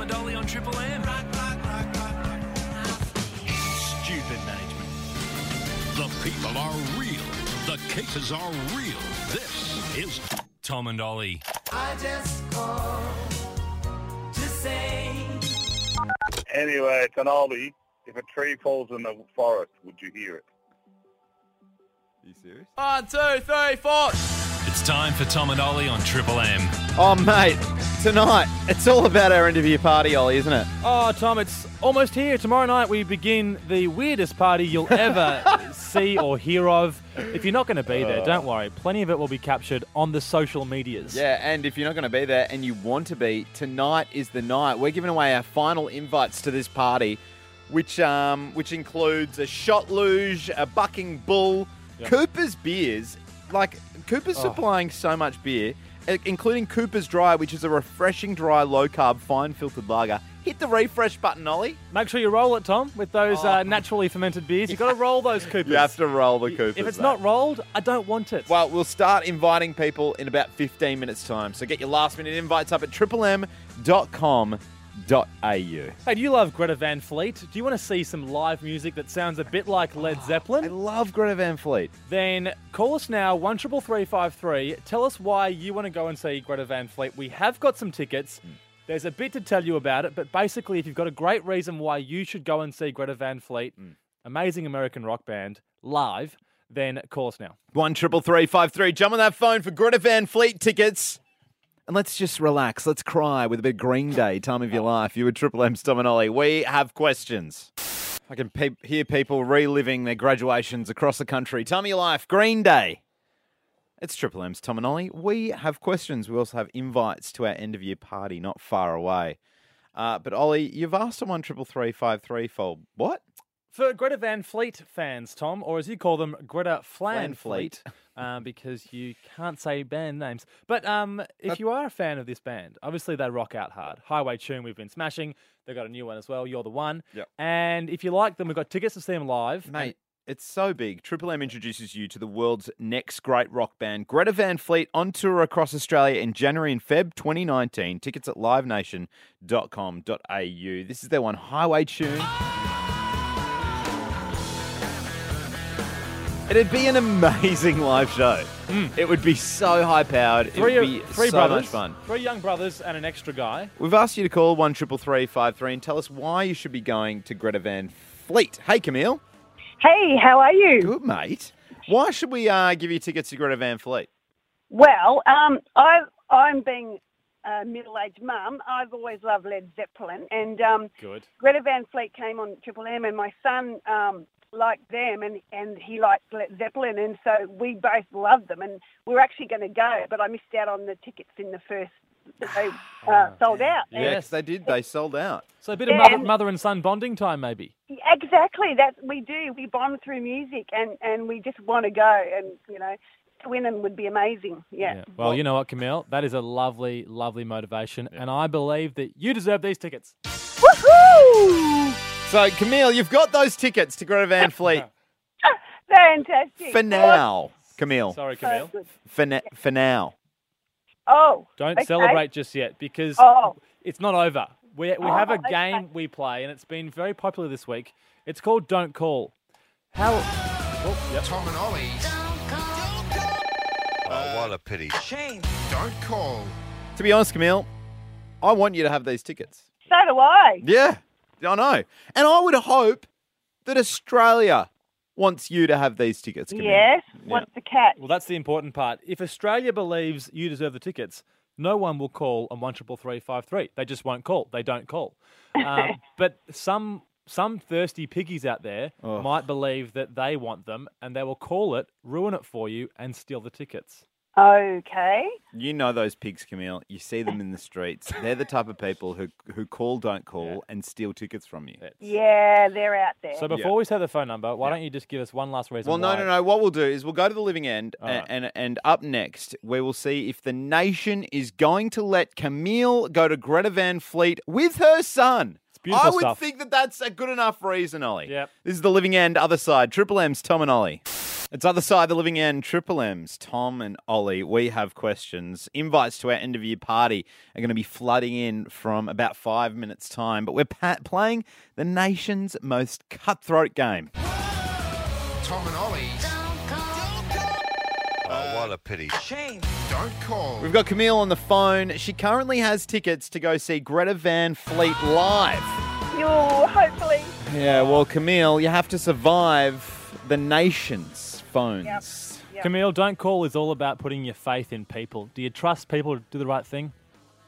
Oh, Dolly on Triple M. Stupid management. The people are real. The cases are real. This is Tom and Ollie. I just called to say Anyway, it's an oldie. If a tree falls in the forest, would you hear it? Are you serious? One, two, three, four. It's time for Tom and Ollie on Triple M. Oh, mate, tonight it's all about our interview party, Ollie, isn't it? Oh, Tom, it's almost here. Tomorrow night we begin the weirdest party you'll ever see or hear of. If you're not going to be Uh. there, don't worry. Plenty of it will be captured on the social medias. Yeah, and if you're not going to be there and you want to be, tonight is the night. We're giving away our final invites to this party, which um, which includes a shot luge, a bucking bull, Cooper's beers. Like Cooper's supplying so much beer, i- including Cooper's Dry, which is a refreshing dry, low carb, fine filtered lager. Hit the refresh button, Ollie. Oh. Make sure you roll it, Tom, with those uh, naturally fermented beers. You've got to roll those Coopers. You have to roll the Cooper's. If it's mate. not rolled, I don't want it. Well, we'll start inviting people in about 15 minutes' time. So get your last minute invites up at triplem.com.au. Hey, do you love Greta Van Fleet? Do you want to see some live music that sounds a bit like Led I Zeppelin? love Greta Van Fleet. Then call us now, one triple three five three. Tell us why you want to go and see Greta Van Fleet. We have got some tickets. Hmm. There's a bit to tell you about it, but basically, if you've got a great reason why you should go and see Greta Van Fleet, Hmm. amazing American rock band, live, then call us now. One triple three five three. Jump on that phone for Greta Van Fleet tickets. And let's just relax. Let's cry with a bit of Green Day. Time of your life. You were Triple M's Tom and Ollie. We have questions. I can pe- hear people reliving their graduations across the country. Time of your life. Green Day. It's Triple M's Tom and Ollie. We have questions. We also have invites to our end of year party not far away. Uh, but Ollie, you've asked on one triple three five three for what? For Greta Van Fleet fans, Tom, or as you call them, Greta Flan Fleet. Fleet, um, because you can't say band names. But um, if you are a fan of this band, obviously they rock out hard. Highway Tune, we've been smashing. They've got a new one as well. You're the one. Yep. And if you like them, we've got tickets to see them live. and Mate, it's so big. Triple M introduces you to the world's next great rock band, Greta Van Fleet, on tour across Australia in January and Feb 2019. Tickets at livenation.com.au. This is their one, Highway Tune. It'd be an amazing live show. It would be so high powered. It Hmm. Three, would be three so brothers, much fun. three young brothers, and an extra guy. We've asked you to call one triple three five three and tell us why you should be going to Greta Van Fleet. Hey, Camille. Hey, how are you? Good, mate. Why should we uh, give you tickets to Greta Van Fleet? Well, um, I, I'm being a middle-aged mum. I've always loved Led Zeppelin, and um, Good. Greta Van Fleet came on Triple M, and my son um, liked them, and, and he liked Led Zeppelin, and so we both loved them, and we were actually going to go, but I missed out on the tickets in the first. that They uh, sold out. And Yeah, Oh, Yes. 'cause they did. They sold out. So a bit of Yeah, mother, and- mother and son bonding time, maybe. Exactly. That's we do. We bond through music, and, and we just want to go, and you know, to win them would be amazing. Yeah. Well, you know what, Camille? That is a lovely, lovely motivation, and I believe that you deserve these tickets. Woohoo! So, Camille, you've got those tickets to Greta Van Fleet Fantastic. for now. Camille, Sorry, Oh, Camille. good. for, na- for now. Oh, Don't okay. celebrate just yet because Oh. it's not over. We, we have a okay. game we play, and it's been very popular this week. It's called Don't Call. How? Oh, yep. Tom and Ollie. Oh, what a pity. Don't call. To be honest, Camille, I want you to have these tickets. So do I. Yeah, I know. And I would hope that Australia wants you to have these tickets, Camille. Yes. What's the cat? Well, that's the important part. If Australia believes you deserve the tickets, no one will call on one triple three five three. They just won't call. They don't call. Um, but some some thirsty piggies out there Oh. might believe that they want them, and they will call it, ruin it for you, and steal the tickets. Okay. You know those pigs, Camille. You see them in the streets. They're the type of people who, who call, don't call, and steal tickets from you. Yeah, they're out there. So before we say the phone number, why don't you just give us one last reason? Well, no, why- no, no. What we'll do is we'll go to the living end, a- Alright. and, and up next we will see if the nation is going to let Camille go to Greta Van Fleet with her son. It's beautiful I would stuff. think that that's a good enough reason, Ollie. Yep. This is the Living End, Other Side, Triple M's Tom and Ollie. It's Other Side, the Living End, Triple M's Tom and Ollie. We have questions. Invites to our end of year party are going to be flooding in from about five minutes' time, but we're pa- playing the nation's most cutthroat game. Tom and Ollie's Oh, what a pity. Don't Call. We've got Camille on the phone. She currently has tickets to go see Greta Van Fleet live. You'll hopefully. Yeah, well, Camille, you have to survive the nation's phones. Yep. Camille, don't call is all about putting your faith in people. Do you trust people to do the right thing?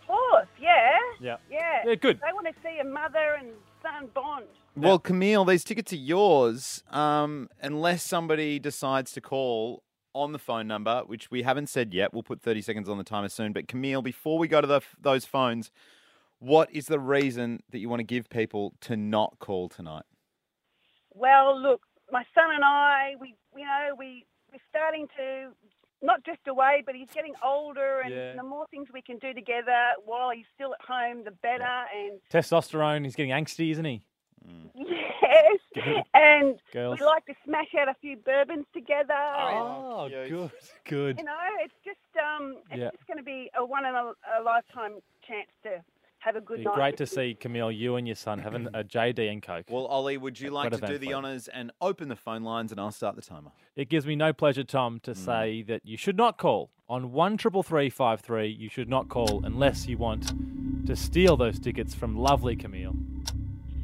Of course, yeah. Yeah. Yeah. Yeah, good. They want to see a mother and son bond. Well, Camille, these tickets are yours um, unless somebody decides to call on the phone number, which we haven't said yet. We'll put 30 seconds on the timer soon. But, Camille, before we go to the, those phones, what is the reason that you want to give people to not call tonight? Well, look, my son and I, we, you know, we we're starting to not drift away, but he's getting older, and Yeah. the more things we can do together while he's still at home, the better. And Testosterone, he's getting angsty, isn't he? yes, and Mm. Girls. we like to smash out a few bourbons together. and, Oh, good, good. you know, it's just um, it's Yeah. just going to be a one in a, a lifetime chance to have a good It'd be night. great to with see Camille, you and your son having a JD and Coke. Well, Ollie, would you like Greta to Van do the Fleet. honours and open the phone lines and I'll start the timer? It gives me no pleasure, Tom, Hmm. to say that you should not call on one triple three five three. You should not call unless you want to steal those tickets from lovely Camille.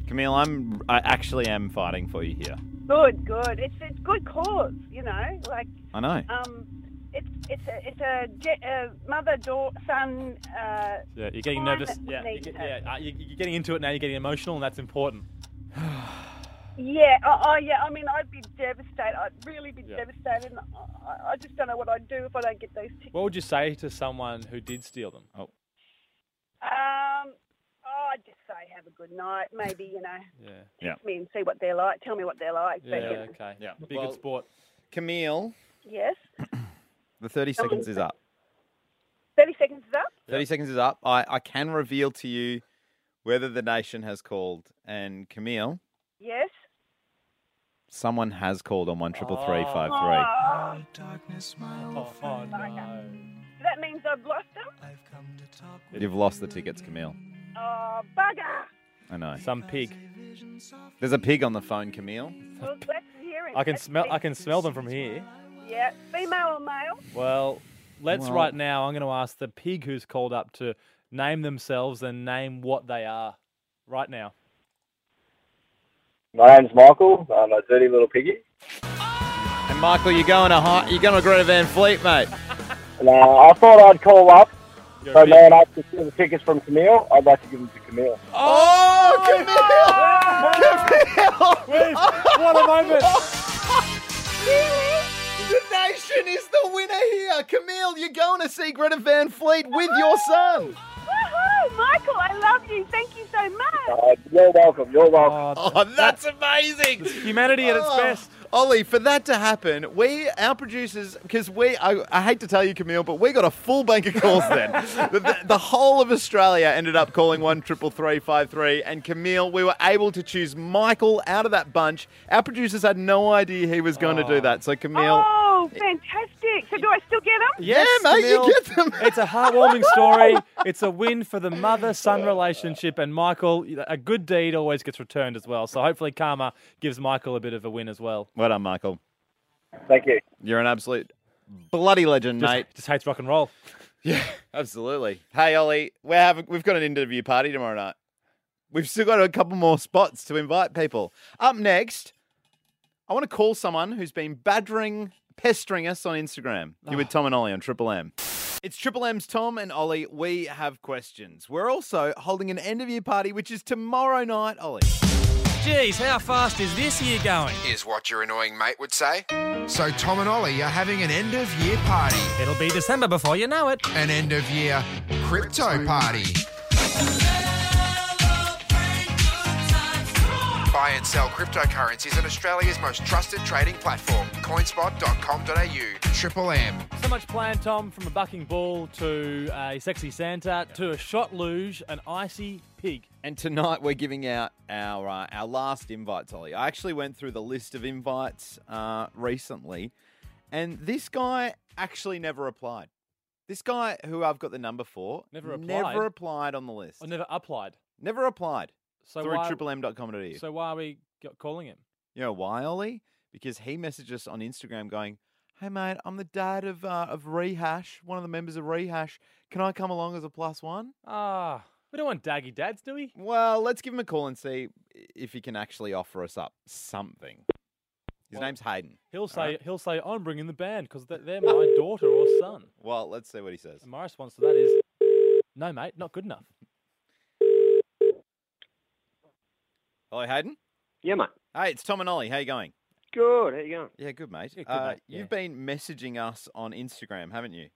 Camille, I'm, I actually am fighting for you here. Good, good. It's it's good cause, you know. Like I know. um, it's it's a it's a, ge- uh mother daughter son. Uh, Yeah, you're getting Time nervous. that we Yeah, you need get, to- yeah, uh, you- you're getting into it now. You're getting emotional, and that's important. yeah, oh, oh yeah. I mean, I'd be devastated. I'd really be Yeah. devastated. And I- I, I just don't know what I'd do if I don't get those tickets. What would you say to someone who did steal them? Oh, Um, oh, I'd just say have a good night. Maybe you know, yeah, Yeah. me and see what they're like. Tell me what they're like. yeah, But, you know, okay, Yeah. be a Well- good sport. Camille, Yes. the 30 seconds is up. Thirty seconds is up. 30 seconds is up. I, I can reveal to you whether the nation has called. And Camille, Yes. someone has called on one triple three five three. Ah, Oh, Oh, oh, no. that means I've lost them. You've lost the tickets, Camille. Oh, bugger. I know. Some pig. There's a pig on the phone, Camille. Well, that's hearing. I can That's smell. big. I can smell them from here. Yeah, female or male? Well, let's Well- right now. I'm going to ask the pig who's called up to name themselves and name what they are. Right now. My name's Michael. I'm a dirty little piggy. And Michael, you're going to hot, you're going to Greta Van Fleet, mate. And, uh, I thought I'd call up. You're a So pig. man, I to steal the tickets from Camille. I'd like to give them to Camille. Oh, Camille! Camille! Wait, what a moment! The nation is the winner here. Camille, you're going to see Greta Van Fleet with your son. Woohoo! Michael, I love you. Thank you so much. Uh, you're welcome. You're welcome. Oh, Oh, that's amazing. humanity at its Oh, best. Ollie, for that to happen, we, our producers, because we, I, I hate to tell you, Camille, but we got a full bank of calls then. the, the- the whole of Australia ended up calling one triple three five three, and Camille, we were able to choose Michael out of that bunch. Our producers had no idea he was going to do that, so Camille. Oh, fantastic. So do I still get them? yeah, mate, Camille. you get them. It's a heartwarming story. It's a win for the mother son relationship. And Michael, a good deed always gets returned as well. So hopefully, karma gives Michael a bit of a win as well. Well done, Michael. Thank you. You're an absolute bloody legend, Just, mate. just hates rock and roll. Yeah, absolutely. Hey, Ollie, we're having, we've got an interview party tomorrow night. We've still got a couple more spots to invite people. Up next, I want to call someone who's been badgering, pestering us on Instagram. You with Tom and Ollie on Triple M. It's Triple M's Tom and Ollie. We have questions. We're also holding an end of year party, which is tomorrow night, Ollie. Jeez, how fast is this year going? Is what your annoying mate would say. So Tom and Ollie are having an end of year party, It'll be December before you know it. an end of year crypto party. buy and sell cryptocurrencies on Australia's most trusted trading platform, coinspot.com.au. Triple M. So much playing, Tom, from a bucking bull to a sexy Santa to a shot luge, an icy pig. And tonight we're giving out our uh, our last invites, Ollie. I actually went through the list of invites uh, recently, and this guy actually never replied. This guy who I've got the number for Never replied? Never applied on the list. I never applied. Never applied. So through why, triple m.com.au. So why are we g- calling him? You know why, Ollie? Because he messaged us on Instagram going, "Hey mate, I'm the dad of uh, of Rehash, one of the members of Rehash. Can I come along as a plus one?" Ah, we don't want daggy dads, do we? Well, let's give him a call and see if he can actually offer us up something. His Well- name's Hayden. He'll say right. he'll say I'm bringing the band because they're my daughter or son. Well, let's see what he says. And my response to that is, no, mate, not good enough. Hello, Hayden. Yeah, mate. Hey, it's Tom and Ollie. How you going? Good. How you going? Yeah, good mate. Yeah, good, uh, mate. Yeah. You've been messaging us on Instagram, haven't you?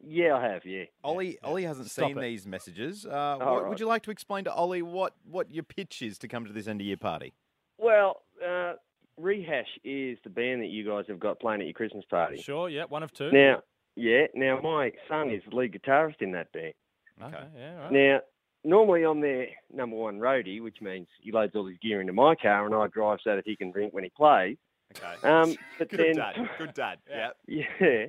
Yeah, I have. Yeah. Ollie, Ollie hasn't Stop seen it. these messages. Uh, All what, right. Would you like to explain to Ollie what, what your pitch is to come to this end of year party? Well, uh, Rehash is the band that you guys have got playing at your Christmas party. Sure, oh, yeah, one of two. Now, yeah. Now, my son is the lead guitarist in that band. okay. Okay. Oh, yeah, all right. Now, normally I'm their number one roadie, which means he loads all his gear into my car and I drive so that he can drink when he plays. Okay. Um, but good then, dad. Good dad. Yeah. yeah.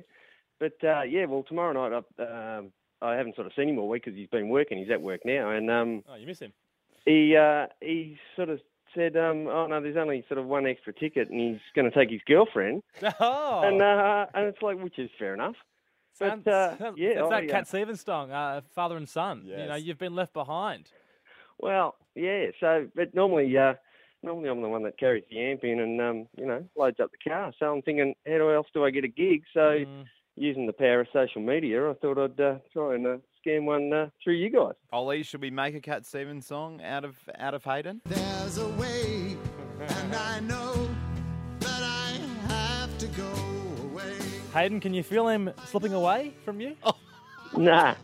But uh, yeah, well, tomorrow night I, um, I haven't sort of seen him all week because he's been working. He's at work now, and um, Oh, you miss him. he uh, he sort of said, um, "Oh no, there's only sort of one extra ticket, and he's going to take his girlfriend." Oh, And uh, and it's like, which is fair enough. sounds- uh, sounds- yeah, that's oh, that yeah. Cat Stevens song, uh, father and son. You know, Yes. you've been left behind. Well, yeah. So, but normally, uh, normally I'm the one that carries the amp in and um, you know loads up the car. So I'm thinking, how else do I get a gig? So Mm, using the power of social media, I thought I'd uh, try and uh, scam one uh, through you guys. Ollie, should we make a Cat Stevens song out of out of Hayden? There's a way, and I know that I have to go away. Hayden, can you feel him slipping away from you? Oh. Nah,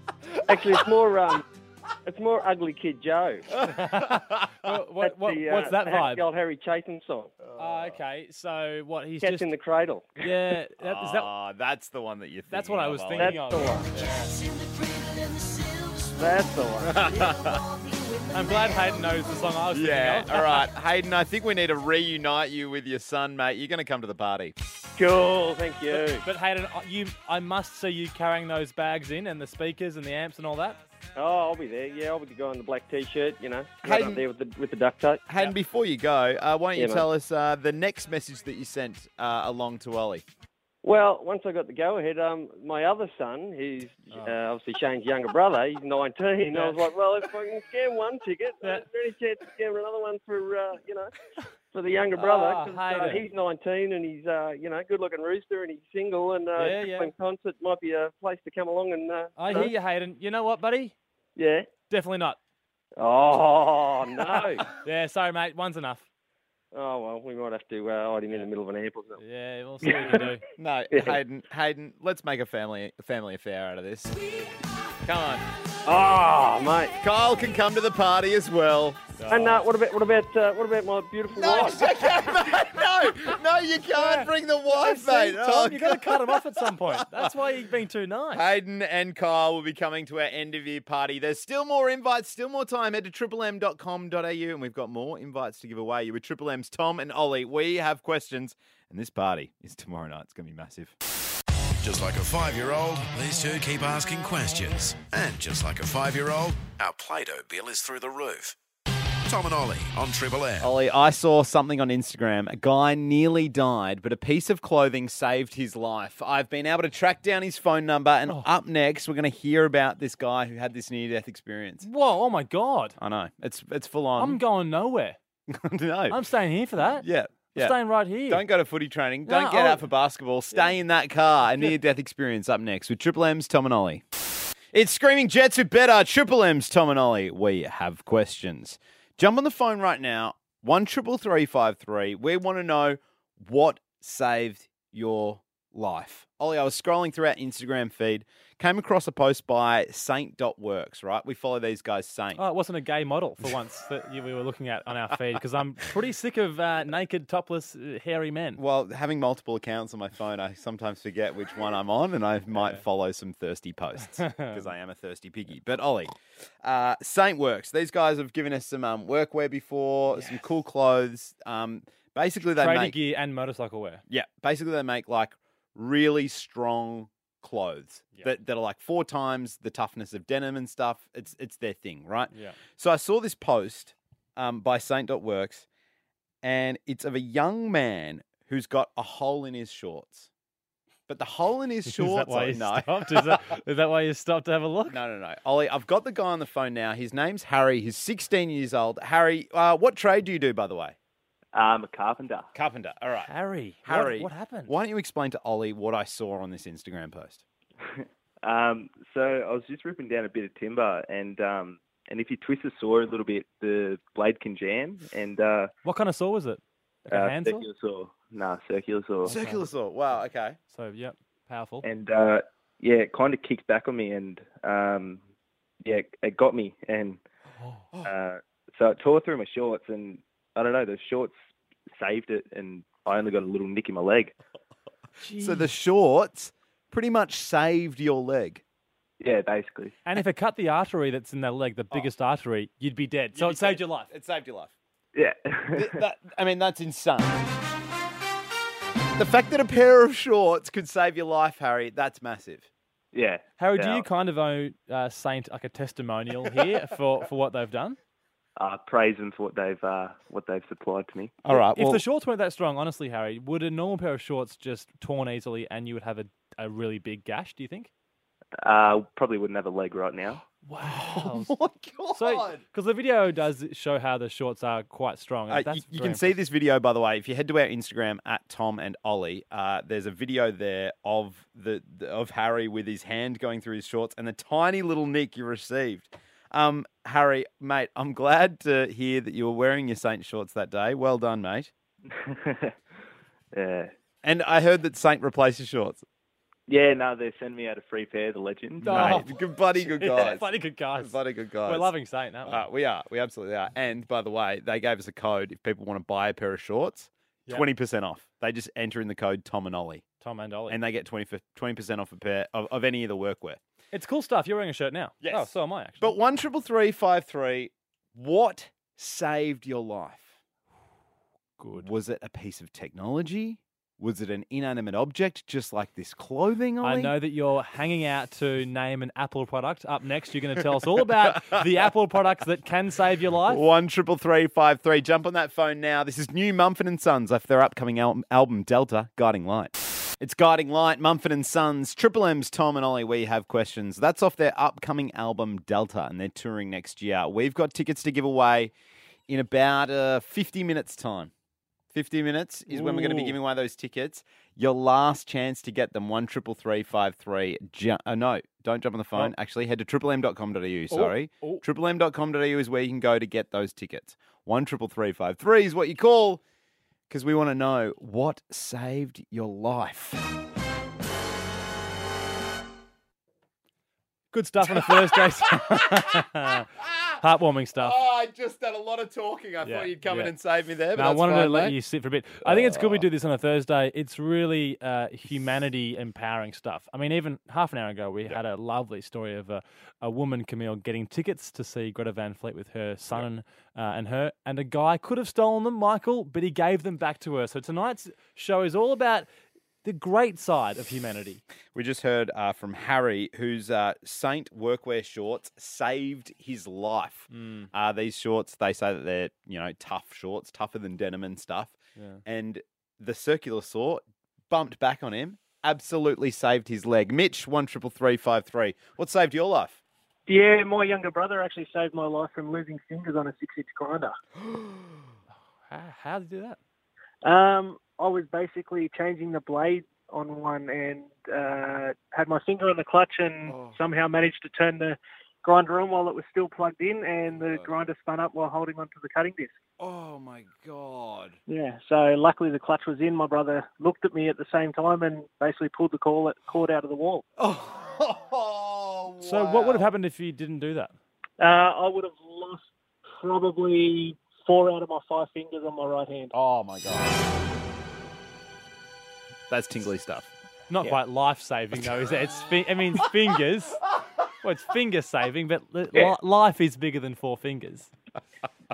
actually, it's more um, it's more ugly kid Joe. what, what, That's what- the, uh, what's that that's the vibe? old Harry Chapin song. Oh, okay, so what? He's Cats just in the Cradle. yeah. That, is that, Ah, that's the one that you. that's what I was That's thinking the of. one. That's the one. I'm glad Hayden knows the song I was Yeah. thinking of. All right, Hayden. I think we need to reunite you with your son, mate. You're going to come to the party. Cool. Thank you. But Hayden, I- you, I must see you carrying those bags in and the speakers and the amps and all that. Oh, I'll be there. Yeah, I'll be the guy in the black t-shirt. You know, right Hayden- up there with the with the duct tape. Hayden, before you go, uh, why don't you Yeah, mate. tell us uh, the next message that you sent uh, along to Ollie? Well, once I got the go ahead, um, my other son, who's Oh. uh, obviously Shane's younger brother, he's 19. I was like, well, if I can scam one ticket, Yeah. is there any chance to scam another one for uh, you know, for the younger brother? Ah, 'Cause, uh, Hayden. he's 19 and he's uh, you know, good-looking rooster and he's single and uh, Yeah, yeah. Brooklyn concert might be a place to come along and uh, I you know, hear you, Hayden. You know what, buddy? yeah. Definitely not. Oh no! Yeah, sorry, mate. One's enough. oh well, we might have to uh, hide him in the middle of an amp or something. Yeah, we'll see what we can do. No, Yeah. Hayden. Hayden, let's make a family a family affair out of this. Come on, Oh mate! Kyle can come to the party as well. And uh, what about what about uh, what about my beautiful wife? no, no, you can't bring the wife, mate. Oh, Tom, you got to cut him off at some point. That's why you've been too nice. Hayden and Kyle will be coming to our end of year party. There's still more invites, still more time. Head to triplem.com.au and we've got more invites to give away. You were Triple M's Tom and Ollie. We have questions, and this party is tomorrow night. It's going to be massive. Just like a five year old, these two keep asking questions. And just like a five year old, our Play Doh bill is through the roof. Tom and Ollie on Triple M. Ollie, I saw something on Instagram. A guy nearly died, but a piece of clothing saved his life. I've been able to track down his phone number, and Oh. up next, we're going to hear about this guy who had this near death experience. Whoa, oh my God. I know. It's it's full on. I'm going nowhere. no. I'm staying here for that. yeah. I'm Yeah. staying right here. Don't go to footy training. Don't No, oh. get I'll- out for basketball. Stay in that car. A near death experience up next with Triple M's Tom and Ollie. It's Screaming Jets who better. Triple M's Tom and Ollie. We have questions. Jump on the phone right now. One triple three five three. We want to know what saved your life. Ollie, I was scrolling through our Instagram feed. Came across a post by Saint.works, right? We follow these guys, Saint. Oh, it wasn't a gay model for once that you, we were looking at on our feed because I'm pretty sick of uh, naked, topless, uh, hairy men. Well, having multiple accounts on my phone, I sometimes forget which one I'm on, and I might follow some thirsty posts because I am a thirsty piggy. But Ollie, uh, Saint Works. These guys have given us some um, workwear before, some cool clothes. Um, basically, they Tradie make gear and motorcycle wear. yeah, basically they make like really strong clothes that, that are like four times the toughness of denim and stuff. It's it's their thing, right? Yeah. So I saw this post um, by Saint.works, and it's of a young man who's got a hole in his shorts. But the hole in his Is that shorts, why I you no. stopped? Is that, is that why you stopped to have a look? No, no, no. Ollie, I've got the guy on the phone now. His name's Harry. He's 16 years old. Harry, uh, what trade do you do, by the way? I'm a carpenter. Carpenter. All right. Harry. what- Harry. What, happened? Why don't you explain to Ollie what I saw on this Instagram post? Um, so I was just ripping down a bit of timber, and um, and if you twist the saw a little bit, the blade can jam. And uh, What kind of saw was it? Like a uh, hand saw? circular saw, nah, circular saw, Circular saw. Wow. Okay. So, yep, powerful. and uh, yeah, it kind of kicked back on me, and um, yeah, it got me, and Oh. uh, so it tore through my shorts, and I don't know, the shorts saved it, and I only got a little nick in my leg. So the shorts pretty much saved your leg. Yeah, basically. and if it cut the artery that's in that leg, the biggest artery, you'd be dead. so Oh. be it saved your life. It saved your life. Yeah. Th- that- I mean, that's insane. The fact that a pair of shorts could save your life, Harry, that's massive. yeah. Harry, do Now, you kind of owe uh, Saint like a testimonial here for, for what they've done? uh, praise them for what they've uh, what they've supplied to me. All right. If the shorts weren't that strong, honestly, Harry, would a normal pair of shorts just torn easily and you would have a, a really big gash, do you think? Uh, probably wouldn't have a leg right now. Wow. my God. so, because the video does show how the shorts are quite strong. and Uh, you, that's you very can see this video, by the way, if you head to our Instagram at Tom and Ollie. Uh, there's a video there of the the- of Harry with his hand going through his shorts and the tiny little nick you received. Um, Harry, mate, I'm glad to hear that you were wearing your Saint shorts that day. Well done, mate. yeah. And I heard that Saint replaced your shorts. Yeah, no, they send me out a free pair, the legend. Oh. Mate, good bloody good Yeah, guys. bloody good guys. Bloody good guys. We're loving Saint, aren't we? Uh, we are. We absolutely are. And by the way, they gave us a code if people want to buy a pair of shorts, Yeah. twenty percent off. They just enter in the code Tom and Ollie. Tom and Ollie. and they get 20 percent off a pair of, of any of the workwear. it's cool stuff. You're wearing a shirt now. Yes. Oh, so am I, actually. But one triple three five three, what saved your life? Good. Was it a piece of technology? Was it an inanimate object, just like this clothing? I Ollie? know that you're hanging out to name an Apple product. Up next, you're going to tell us all about the Apple products that can save your life. One triple three five three. Jump on that phone now. This is new Mumford and Sons off their upcoming album, album Delta Guiding Light. It's Guiding Light, Mumford and Sons, Triple M's Tom and Ollie. We have questions. That's off their upcoming album Delta, and they're touring next year. We've got tickets to give away in about uh, fifty minutes time. 50 minutes is when we're going to be Ooh. giving away those tickets. Your last chance to get them, 133353. Ju- uh, no, don't jump on the phone. Actually, head to triplem.com.au. Sorry. oh. triplem.com.au is where you can go to get those tickets. 133353 is what you call because we want to know what saved your life. Good stuff on a Thursday. Heartwarming stuff. Oh, I just done a lot of talking. I Yeah, yeah. save me there. Now, I that's wanted to fine, let mate. Oh. you sit for a bit. I think it's good we do this on a Thursday. It's really uh, humanity empowering stuff. I mean, even half an hour ago, we had a lovely story of a, a woman, Camille, getting tickets to see Greta Van Fleet with her son uh, and her. And a guy could have stolen them, Michael, but he gave them back to her. So tonight's show is all about the great side of humanity. We just heard uh, from Harry, whose uh, Saint workwear shorts saved his life. Mm. Uh, these shorts, they say that they're you know tough shorts, tougher than denim and stuff. And the circular saw bumped back on him, absolutely saved his leg. Mitch, one triple three five three. What saved your life? Yeah, my younger brother actually saved my life from losing fingers on a six-inch grinder. How, how did you do that? Um, I was basically changing the blade on one and uh, had my finger on the clutch and Oh. somehow managed to turn the grinder on while it was still plugged in and the grinder spun up while holding onto the cutting disc. Oh my god! Yeah, so luckily the clutch was in. My brother looked at me at the same time and basically pulled the cord, cord out of the wall. Oh, Oh. So what would have happened if you didn't do that? Uh, I would have lost probably four out of my five fingers on my right hand. Oh my god! That's tingly stuff. Not Yeah. quite life saving though, is it? It's fi- I mean fingers. Well, it's finger saving, but li- Yeah. li- life is bigger than four fingers.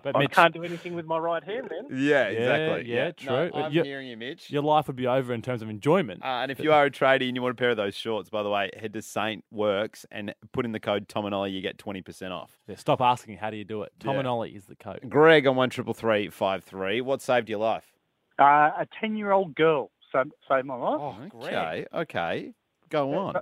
But I Mitch- can't do anything with my right hand then. Yeah, exactly. Yeah, Yeah. true. No, I'm Your- hearing you, Mitch. Your life would be over in terms of enjoyment. Uh, and if you are a tradie and you want a pair of those shorts, by the way, head to Saint Works and put in the code Tom and Ollie. You get twenty percent off. Yeah, stop asking how do you do it. Tom Yeah. and Ollie is the code. Greg on one triple three five three. What saved your life? Uh, a 10 year old girl saved, saved my life. Oh, Okay, okay, go on.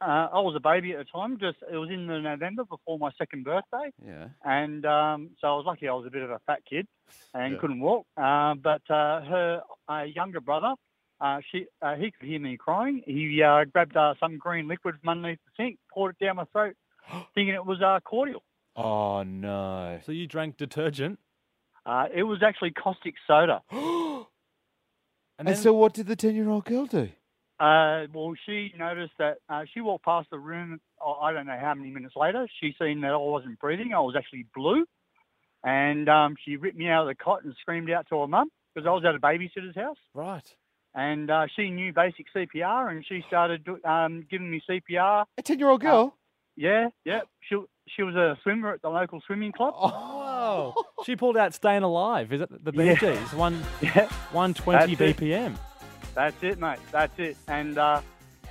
Uh, I was a baby at the time. Just It was in the November before my second birthday. Yeah. And um, so I was lucky I was a bit of a fat kid and Yeah. couldn't walk. Uh, but uh, her uh, younger brother, uh, she, uh, he could hear me crying. He uh, grabbed uh, some green liquid from underneath the sink, poured it down my throat, thinking it was uh, cordial. Oh no! So you drank detergent. Uh, it was actually caustic soda. Oh, And, so, what did the ten-year-old girl do? Uh, well, she noticed that uh, she walked past the room. oh, I don't know how many minutes later. She seen that I wasn't breathing. I was actually blue, and um, she ripped me out of the cot and screamed out to her mum because I was at a babysitter's house. Right. And uh, she knew basic CPR, and she started do- um, giving me CPR. A ten-year-old girl. yeah, yeah. She she was a swimmer at the local swimming club. Oh, Wow. She pulled out "Staying Alive." Is it the BGs? One, one twenty That's it. BPM. That's it, mate. That's it. And uh,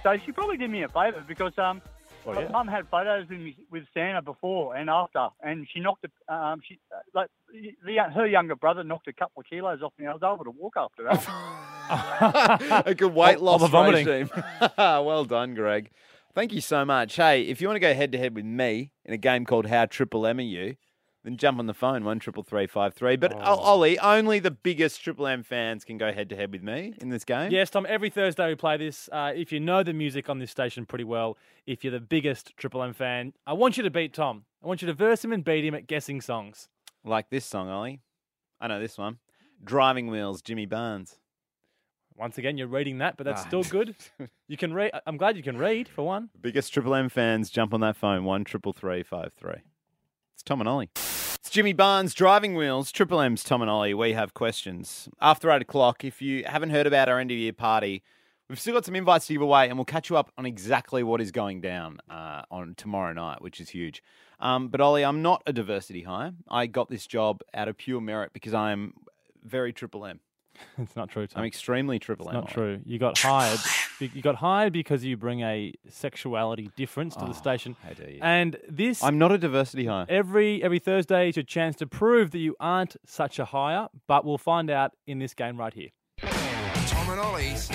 so she probably did me a favour because um, Oh, my yeah. mum had photos with me, with Santa before and after, and she knocked a, um, she uh, like the, uh, her younger brother knocked a couple of kilos off me. I was able to walk after that. a good weight Of- of loss the vomiting. regime. well done, Greg. Thank you so much. Hey, if you want to go head to head with me in a game called How Triple M Are You, then jump on the phone one triple three five three. But O- Ollie, only the biggest Triple M fans can go head to head with me in this game. Yes, Tom. Every Thursday we play this. Uh, if you know the music on this station pretty well, if you're the biggest Triple M fan, I want you to beat Tom. I want you to verse him and beat him at guessing songs. Like this song, Ollie. I know this one. Driving Wheels, Jimmy Barnes. Once again, you're reading that, but that's Ah. still good. You can read. I'm glad you can read for one. Biggest Triple M fans, jump on that phone one triple three five three. It's Tom and Ollie. It's Jimmy Barnes, Driving Wheels, Triple M's Tom and Ollie. We have questions. After eight o'clock, if you haven't heard about our end of year party, we've still got some invites to give away and we'll catch you up on exactly what is going down uh, on tomorrow night, which is huge. Um, but Ollie, I'm not a diversity hire. I got this job out of pure merit because I'm very Triple M. it's not true, Tom. I'm extremely Triple It's M. not Ollie. true. You got hired. be- You got hired because you bring a sexuality difference to Oh, the station. how dare you. And this, I'm not a diversity hire. every every Thursday is your chance to prove that you aren't such a hire. But we'll find out in this game right here. Tom and Ollie's.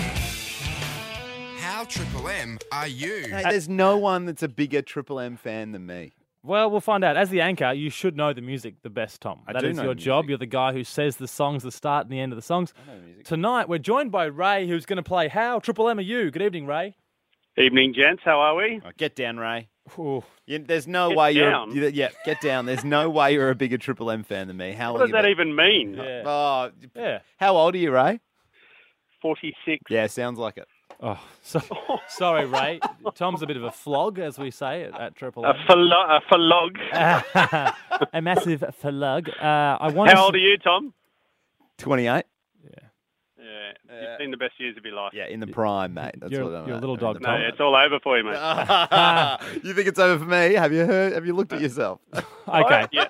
How Triple M are you? Hey, there's no one that's a bigger Triple M fan than me. Well, we'll find out. As the anchor, you should know the music the best, Tom. I That do is know your the job. You're the guy who says the songs, the start and the end of the songs. Tonight, we're joined by Ray, who's going to play How Triple M Are You. Good evening, Ray. Evening, gents. How are we? get down, Ray. You- there's no Get way down? you're. you- yeah, get down. There's no way you're a bigger Triple M fan than me. How What long does you that been- even mean? Yeah. Oh, How old are you, Ray? 46. Yeah, sounds like it. Oh, so, sorry, Ray. Tom's a bit of a flog, as we say at, at Triple A M. flog. A flog. a massive flug. Uh, I want. How old are you, Tom? 28. Yeah, Uh, you've seen the best years of your life. Yeah, in the prime, mate. That's You're- what I'm you're a at. little I'm in No, the it's all over for you, mate. prime. you think it's over for me? Have you heard? Have you looked at yourself? Okay. Uh, Oh, Yeah.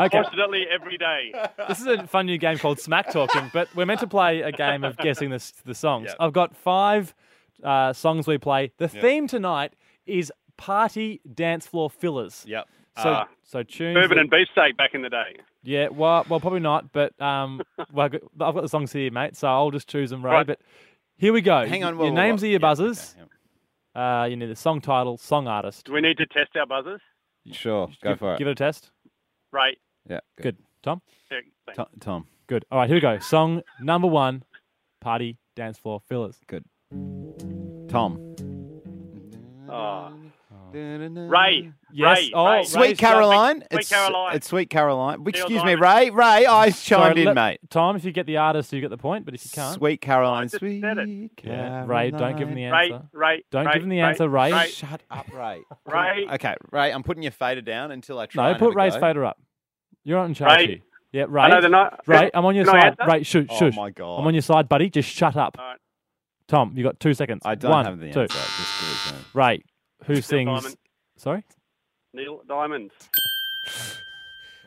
Unfortunately, every day. This is a fun new game called Smack Talking, but we're meant to play a game of guessing the, s- the songs. I've got five uh, songs we play. The Yep. theme tonight is party dance floor fillers. Yep. So, Ah. so tunes. Bourbon that- and beefsteak back in the day. Yeah, well, well, probably not, but um, well, I've got I've got the songs here, mate, so I'll just choose them, Ray. Right. But here we go. Hang Y- on, Your whoa, whoa, names whoa. are your buzzers. Uh, you need the song title, song artist. Do we need to test our buzzers? Sure, go give, for it. Give it a test. Right. Yeah. Good. Tom? Yeah, thanks. Tom. Good. All right, here we go. Song number one, party dance floor fillers. Good. Tom. Oh. Ray. Yes. Ray, Oh, Ray. Sweet Caroline. it's, It's Sweet Caroline. Excuse me, Ray. Ray, I Sorry, chimed in, let- mate. Tom, if you get the artist, you get the point. But if you can't, Sweet Caroline. Sweet Yeah, Ray, don't give him the Caroline. answer. Ray, Ray, don't Ray, give him the Ray, answer, Ray. Ray. Shut up, Ray. Ray. Okay, Ray, I'm putting your fader down until I try. No, and put have a Ray's go. fader up. You're not in charge Ray. here. Yeah, Ray. I know they're not- Ray, I'm on your Can I side. answer? Ray, shoot, Oh shoot. my God. I'm on your side, buddy. Just shut up. Tom, you got two seconds. I don't One, have the two. answer. Just do it, man. Ray, who sings? Diamond. Sorry. Neil Diamond.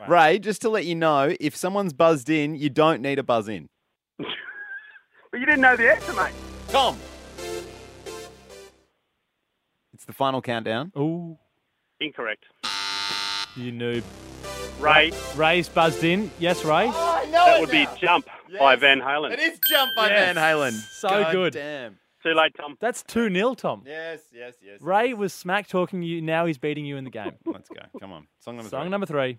Ray, just to let you know, if someone's buzzed in, you don't need a buzz in. But you didn't know the answer, mate. Tom. It's the final countdown. Ooh. Incorrect. You noob. Ray. Ray's buzzed in. Yes, Ray. Oh, I know That would be Jump by Van Halen. It is Jump by Yes. Van Halen. So God good. Damn. Too late, Tom. That's 2 0, Tom. Yes, yes, yes. Ray was smack talking you. Now he's beating you in the game. Let's go. Come on. Song number Song number three.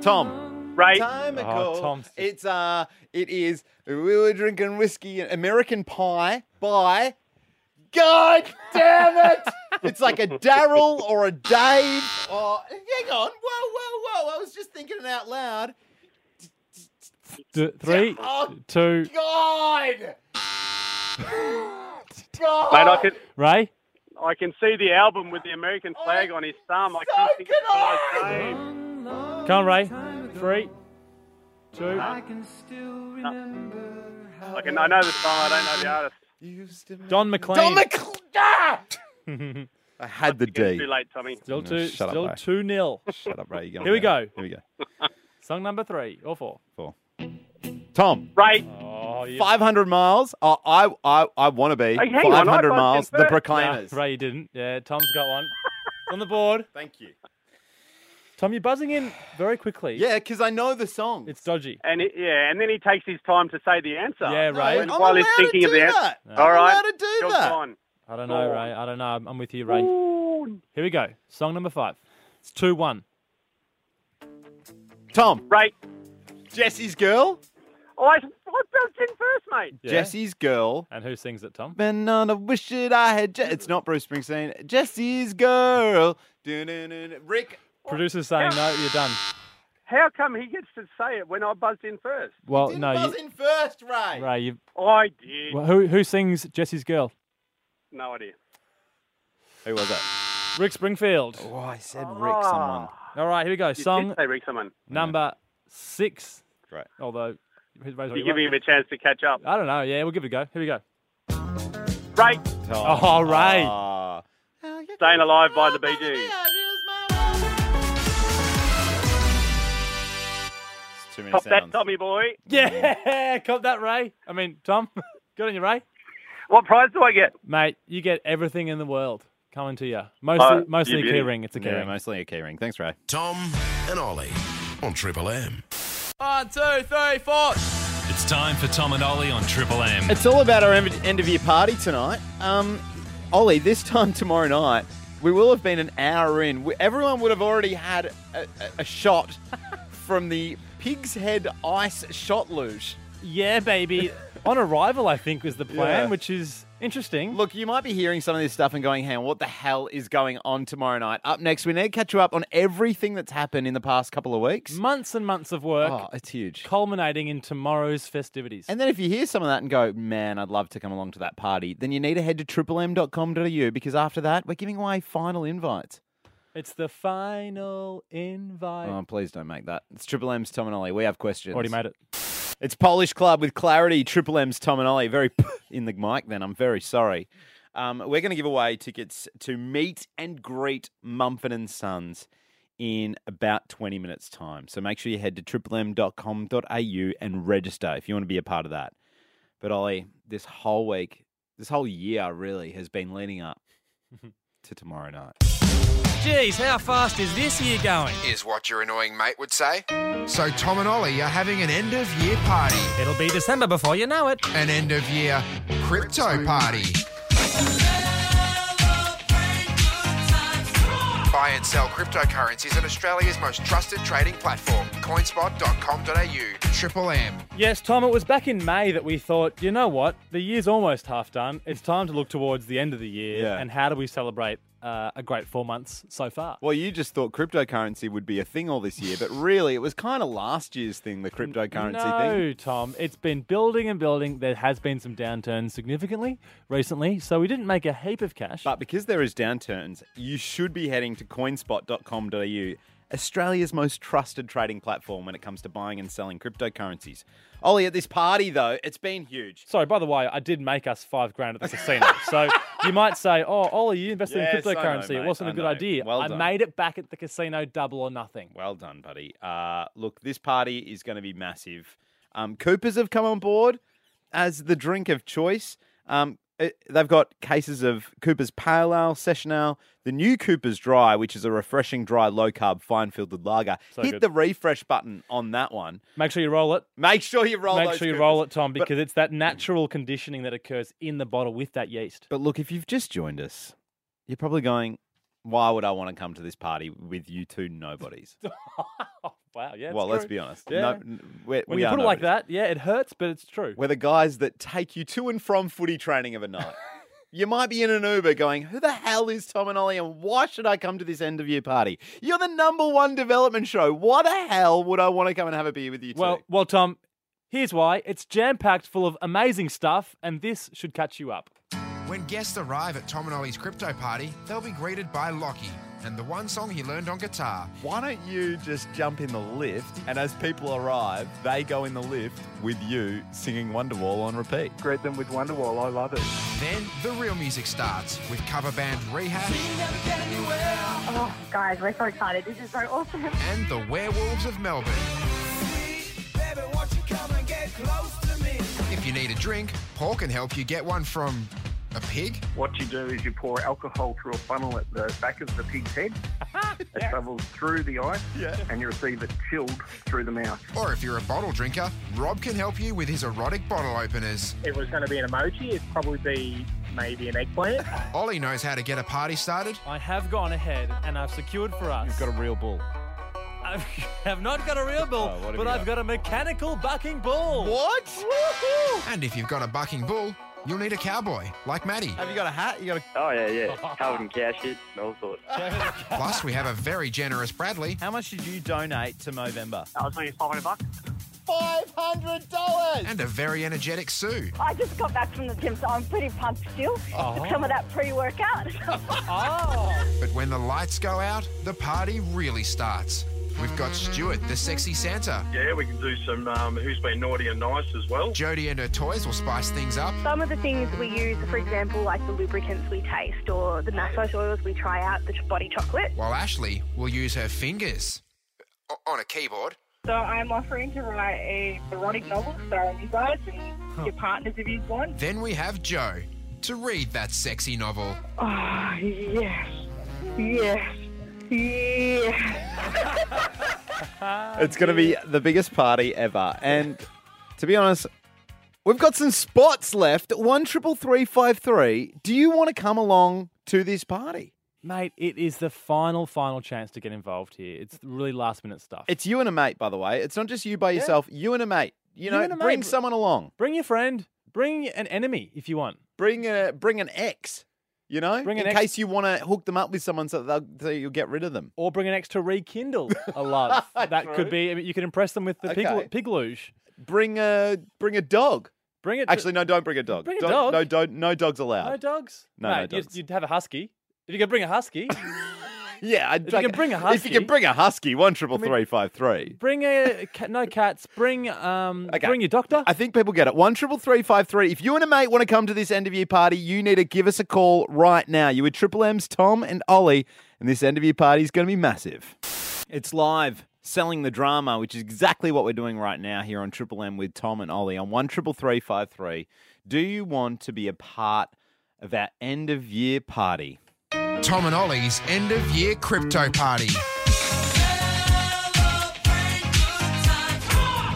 Tom. Right. Time Oh, ago. Tom's- It's uh it is we were drinking whiskey and American pie by God damn it! it's like a Daryl or a Dave or Uh, oh, hang on, whoa, whoa, whoa. I was just thinking it out loud. D- three, Oh, two, God Oh! Mate, I could, Ray. I can see the album with the American Oh, flag on his thumb. I can't think of the guy's name. Come on, Ray. Three, two. I, can, I know the song, I don't know the artist. Don McLean. Don McLean. I had the It's D. too late, Tommy. Still No, two. Mm, shut up, still Ray. two nil. Shut up, Ray. You're Here we gonna- go. Here we go. Song number three or four. Four. Tom. Right. Oh, you. 500 miles. Oh, I I I want to be Hey, hang on, I 500 buzzed in miles. The first. Proclaimers. Nah, Ray, you didn't. Yeah, Tom's got one. It's on the board. Thank you. Tom, you're buzzing in very quickly. Yeah, because I know the song. It's dodgy. And it, yeah, and then he takes his time to say the answer. Yeah, Ray. And I'm while he's allowed to thinking of do the answer. that. No. All I'm right. allowed to do You're that. gone. I don't know, Go Ray. I don't know. I'm I'm with you, Ray. Here we go. Song number five. It's 2 1. Tom. Right. Jesse's girl. Oh, I, I built in first, mate. Jesse's girl. And who sings it, Tom? Been on a wish that I had. Je- it's not Bruce Springsteen. Jesse's girl. Dun-dun-dun. Rick. Producer's saying no, you're done. Uh, How come he gets to say it when I buzzed in first? Well, no, Buzz you, in first, Ray. Ray. You, I did. well, who who sings Jesse's Girl? No idea. Who was that? Rick Springfield. Oh, I said Rick. Someone. All right, here we go. Ah. You Song did say Rick someone. number six. Great. Although, Ray's already You're giving won. him a chance to catch up. I don't know. Yeah, we'll give it a go. Here we go. Right. Tom. Oh, Ray. Ah. Staying Alive by the Bee Gees. It's too many Top that, sounds. Tommy boy. Yeah, cop that, Ray. I mean, Tom. Good on you, Ray. What prize do I get? Mate, you get everything in the world coming to you. Mostly, Oh, mostly a you key beauty. ring. It's a key Yeah, ring. mostly a keyring. Thanks, Ray. Tom and Ollie on Triple M. One, two, three, four. It's time for Tom and Ollie on Triple M. It's all about our end end of year party tonight. Um, Ollie, this time tomorrow night, we will have been an hour in. We, everyone would have already had a, a, a shot from the Pig's Head Ice Shot Luge. Yeah, baby. on arrival, I think was the plan, Yeah. which is interesting. Look, you might be hearing some of this stuff and going, hang on, what the hell is going on tomorrow night? Up next, we need to catch you up on everything that's happened in the past couple of weeks. months and months of work Oh, it's huge. culminating in tomorrow's festivities. And then if you hear some of that and go, man, I'd love to come along to that party, then you need to head to triplem.com.au because after that, we're giving away final invites. it's the final invite. Oh, please don't make that. It's Triple M's Tom and Ollie. We have questions. Already made it. It's Polish Club with clarity. Triple M's Tom and Ollie. Very in the mic. Then I'm very sorry. Um, we're going to give away tickets to meet and greet Mumford and Sons in about 20 minutes time. So make sure you head to triplem.com.au and register if you want to be a part of that. But Ollie, this whole week, this whole year really has been leading up to tomorrow night. Uh, Geez, how fast is this year going? Is what your annoying mate would say. So Tom and Ollie are having an end of year party. It'll be December before you know it. An end of year crypto party. Buy and sell cryptocurrencies on Australia's most trusted trading platform, coinspot.com.au. Triple M. Yes, Tom, it was back in May that we thought, you know what? The year's almost half done. It's time to look towards the end of the year Yeah. and how do we celebrate uh, a great four months so far. Well, you just thought cryptocurrency would be a thing all this year, but really it was kind of last year's thing, the cryptocurrency no, thing. Tom, it's been building and building. There has been some downturns significantly recently, so we didn't make a heap of cash. But because there is downturns, you should be heading to coinspot.com.au, Australia's most trusted trading platform when it comes to buying and selling cryptocurrencies. Ollie, at this party though, it's been huge. Sorry, by the way, I did make us five grand at the casino. so you might say, oh, Ollie, you invested Yes, I in know, cryptocurrency. mate, it wasn't I a good know. idea. Well I done. made it back at the casino double or nothing. Well done, buddy. Uh, look, this party is going to be massive. Um, Coopers have come on board as the drink of choice. Um, it- they've got cases of Cooper's Pale Ale, Session Ale, the new Cooper's Dry, which is a refreshing, dry, low carb, fine filtered lager. So Hit good. the refresh button on that one. Make sure you roll it. Make sure you roll. Make those sure you Coopers. roll it, Tom, But- because it's that natural conditioning that occurs in the bottle with that yeast. But look, if you've just joined us, you're probably going, "Why would I want to come to this party with you two nobodies?" Wow, yeah. it's well, let's true. be honest. Yeah. No, n- we're- when we you are put it like nobodies. that, yeah, it hurts, but it's true. We're the guys that take you to and from footy training of a night. you might be in an Uber going, Who the hell is Tom and Ollie and why should I come to this end of year party? You're the number one development show. Why the hell would I want to come and have a beer with you two? Well, well, Tom, here's why. It's jam packed full of amazing stuff, and this should catch you up. When guests arrive at Tom and Ollie's crypto party, they'll be greeted by Lockie and the one song he learned on guitar. why don't you just jump in the lift and as people arrive, they go in the lift with you singing Wonderwall on repeat? Greet them with Wonderwall. I love it. Then the real music starts with cover band Rehab Oh, guys, we're so excited. This is so awesome. and the Werewolves of Melbourne. If you need a drink, Paul can help you get one from a pig. What you do is you pour alcohol through a funnel at the back of the pig's head. It travels through the eye, and you receive it chilled through the mouth. Or if you're a bottle drinker, Rob can help you with his erotic bottle openers. If it was going to be an emoji, it'd probably be maybe an eggplant. Ollie knows how to get a party started. I have gone ahead and I've secured for us. You've got a real bull. I have not got a real bull, what have but you I've got? got a mechanical bucking bull. What? And if you've got a bucking bull, you'll need a cowboy, like Maddie. Have you got a hat? You got a... Oh, yeah, yeah. Covered in cow shit and all sorts. Plus, we have a very generous Bradley. How much did you donate to Movember? I was only 500 bucks. $500! And a very energetic Sue. I just got back from the gym, so I'm pretty pumped still. Uh-huh. Oh. Some of that pre-workout. Oh. But when the lights go out, the party really starts. We've got Stuart, the sexy Santa. Yeah, we can do some um, Who's Been Naughty and Nice as well. Jody and her toys will spice things up. Some of the things we use, for example, like the lubricants we taste or the massage oils we try out, the body chocolate. While Ashley will use her fingers O- on a keyboard. So I'm offering to write a erotic novel starring you guys and your partners if you want. Then we have Joe to read that sexy novel. Oh, yes. Yes. Yes. It's going to be the biggest party ever. And to be honest, we've got some spots left. One triple three five three. Do you want to come along to this party? Mate, it is the final, final chance to get involved here. It's really last minute stuff. It's you and a mate, by the way. It's not just you by yourself. You and a mate. You know, and a bring mate. someone along. Bring your friend. Bring an enemy if you want. Bring a bring an ex. You know, Bring an in ex- case you want to hook them up with someone so that they'll, so you'll get rid of them. Or bring an ex to rekindle a love. that could be. I mean, you could impress them with the Okay. pig, pig luge. Bring a bring a dog. Bring it. Actually, no, don't bring a dog. Bring a Don't- dog? No, don't. No dogs allowed. No dogs. No, no Mate, you'd- dogs. You'd, have a husky. If you could bring a husky, yeah, I'd If you drag- can bring a If husky- you can bring a husky, one triple three five three. bring a cat, no cats. Bring um. Okay. Bring your doctor. I think people get it. One triple three five three. If you and a mate want to come to this end of year party, you need to give us a call right now. You were Triple M's Tom and Ollie, and this end of year party is going to be massive. It's live, selling the drama, which is exactly what we're doing right now here on Triple M with Tom and Ollie on one triple three five three. Do you want to be a part of our end of year party? Tom and Ollie's end of year crypto party.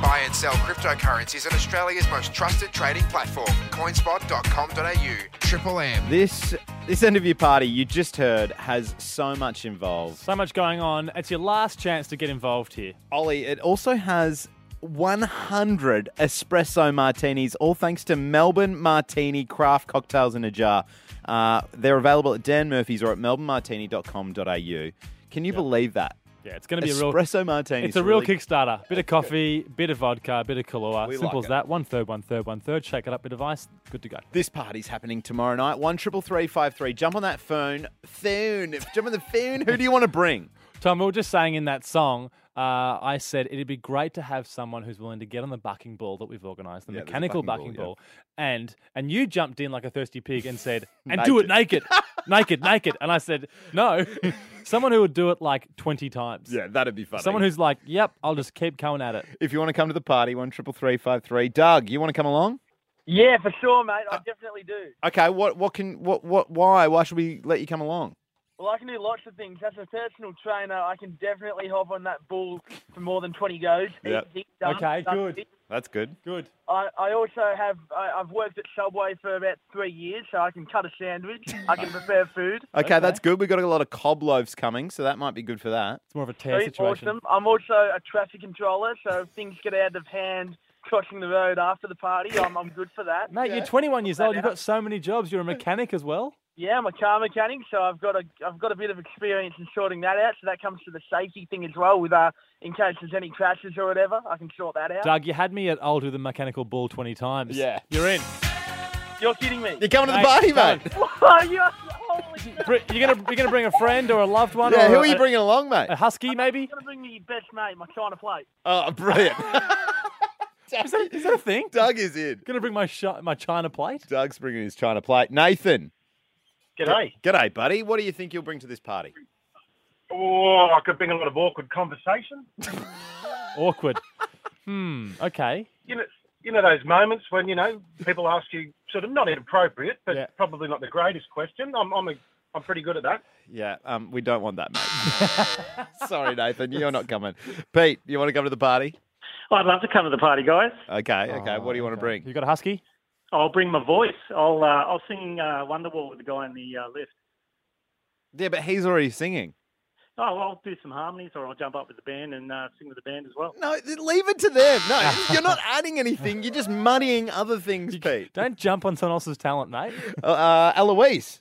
Buy and sell cryptocurrencies on Australia's most trusted trading platform, coinspot.com.au. Triple M. This this end of year party you just heard has so much involved. So much going on. It's your last chance to get involved here. Ollie, it also has 100 espresso martinis, all thanks to Melbourne Martini Craft Cocktails in a Jar. Uh, they're available at Dan Murphy's or at melbournemartini.com.au. Can you believe that? Yeah, it's going to be a real espresso martini. It's a real Kickstarter. Bit of coffee, bit of vodka, bit of Kahlua. We Simple like as it. that. One third, one third, one third. Shake it up, bit of ice. Good to go. This party's happening tomorrow night. One triple three five three. Jump on that phone. Phone. Jump on the phone. Who do you want to bring? Tom, we were just saying in that song, uh, I said it'd be great to have someone who's willing to get on the bucking ball that we've organised, the Yeah, there's a mechanical bucking bucking, ball, ball, and and you jumped in like a thirsty pig and said, and do it naked, Naked. naked, naked, and I said, no, someone who would do it like twenty times. Yeah, that'd be funny. Someone who's like, yep, I'll just keep going at it. If you want to come to the party, one triple three five three. Doug, you want to come along? Uh, Yeah, for sure, mate. I definitely do. Okay. What? What can? What? What? Why? Why should we let you come along? Well, I can do lots of things. As a personal trainer, I can definitely hop on that bull for more than 20 goes. Yep. Easy, done, Okay, done, good. easy. That's good. Good. I, I also have, I, I've worked at Subway for about three years, so I can cut a sandwich. I can prepare food. Okay, that's good. We've got a lot of cob loaves coming, so that might be good for that. It's more of a Sweet, awesome. I'm also a traffic controller, so if things get out of hand crossing the road after the party, I'm, I'm good for that. Mate, Yeah. you're 21 years That old. You've out. got so many jobs. You're a mechanic as well. Yeah, I'm a car mechanic, so I've got a I've got a bit of experience in sorting that out. So that comes to the safety thing as well, with uh, in case there's any crashes or whatever, I can sort that out. Doug, you had me at I'll do the mechanical ball 20 times. Yeah. You're in. You're kidding me. You're coming to the party, mate. Whoa, you're, holy shit. Br- You're gonna you're gonna bring a friend or a loved one. Yeah, or who a- are you bringing along, mate? A husky, I'm maybe. gonna bring me your best mate, my China plate. Oh, brilliant. Is that, is that a thing? Doug is in. Gonna bring my shi- my china plate. Doug's bringing his china plate. Nathan. G'day. G'day, buddy. What do you think you'll bring to this party? Oh, I could bring a lot of awkward conversation. Awkward. hmm. Okay. You know, you know those moments when you know people ask you sort of not inappropriate, but probably not the greatest question. I'm, I'm, a, I'm pretty good at that. Yeah, um, we don't want that, mate. Sorry, Nathan, you're not coming. Pete, you want to come to the party? I'd love to come to the party, guys. Okay, okay. what do you want to bring? Oh, You got a husky? I'll bring my voice. I'll uh, I'll sing uh, Wonderwall with the guy in the uh, lift. Yeah, but he's already singing. Oh, well, I'll do some harmonies, or I'll jump up with the band and uh, sing with the band as well. No, th- leave it to them. No, you're not adding anything. You're just muddying other things, Pete. Don't jump on someone else's talent, mate. Uh, uh, Eloise.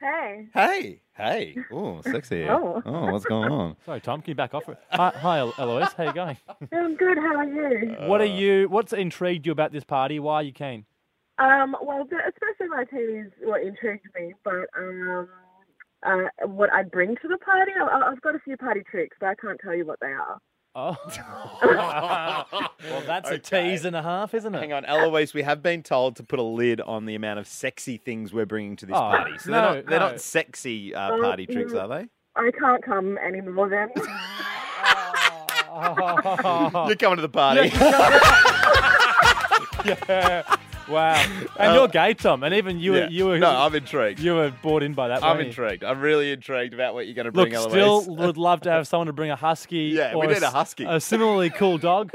Hey. Hey, hey. Oh, sexy. Oh. oh, what's going on? Sorry, Tom. Can you back off? for- Hi, hi Elo- Eloise. How you going? I'm good. How are you? Uh, what Uh. are you? What's intrigued you about this party? Why are you keen? Um, well, the espresso martini is what intrigued me, but um, uh, what I bring to the party, I- I, I've got a few party tricks, but I can't tell you what they are. Oh. well, that's a tease and a half, isn't it? Hang on, Eloise. We have been told to put a lid on the amount of sexy things we're bringing to this Oh, party. So no, they're not, they're no. not sexy uh, Oh, party tricks, mm. are they? I can't come anymore then. Oh. You're coming to the party. yeah. Wow. And Uh, you're gay, Tom. And even you, yeah. were, you were. No, I'm intrigued. You were bought in by that. I'm weren't you? intrigued. I'm really intrigued about what you're going to Look, bring, Eloise. still would love to have someone to bring a husky. Yeah, we or need a s- husky. A similarly cool dog,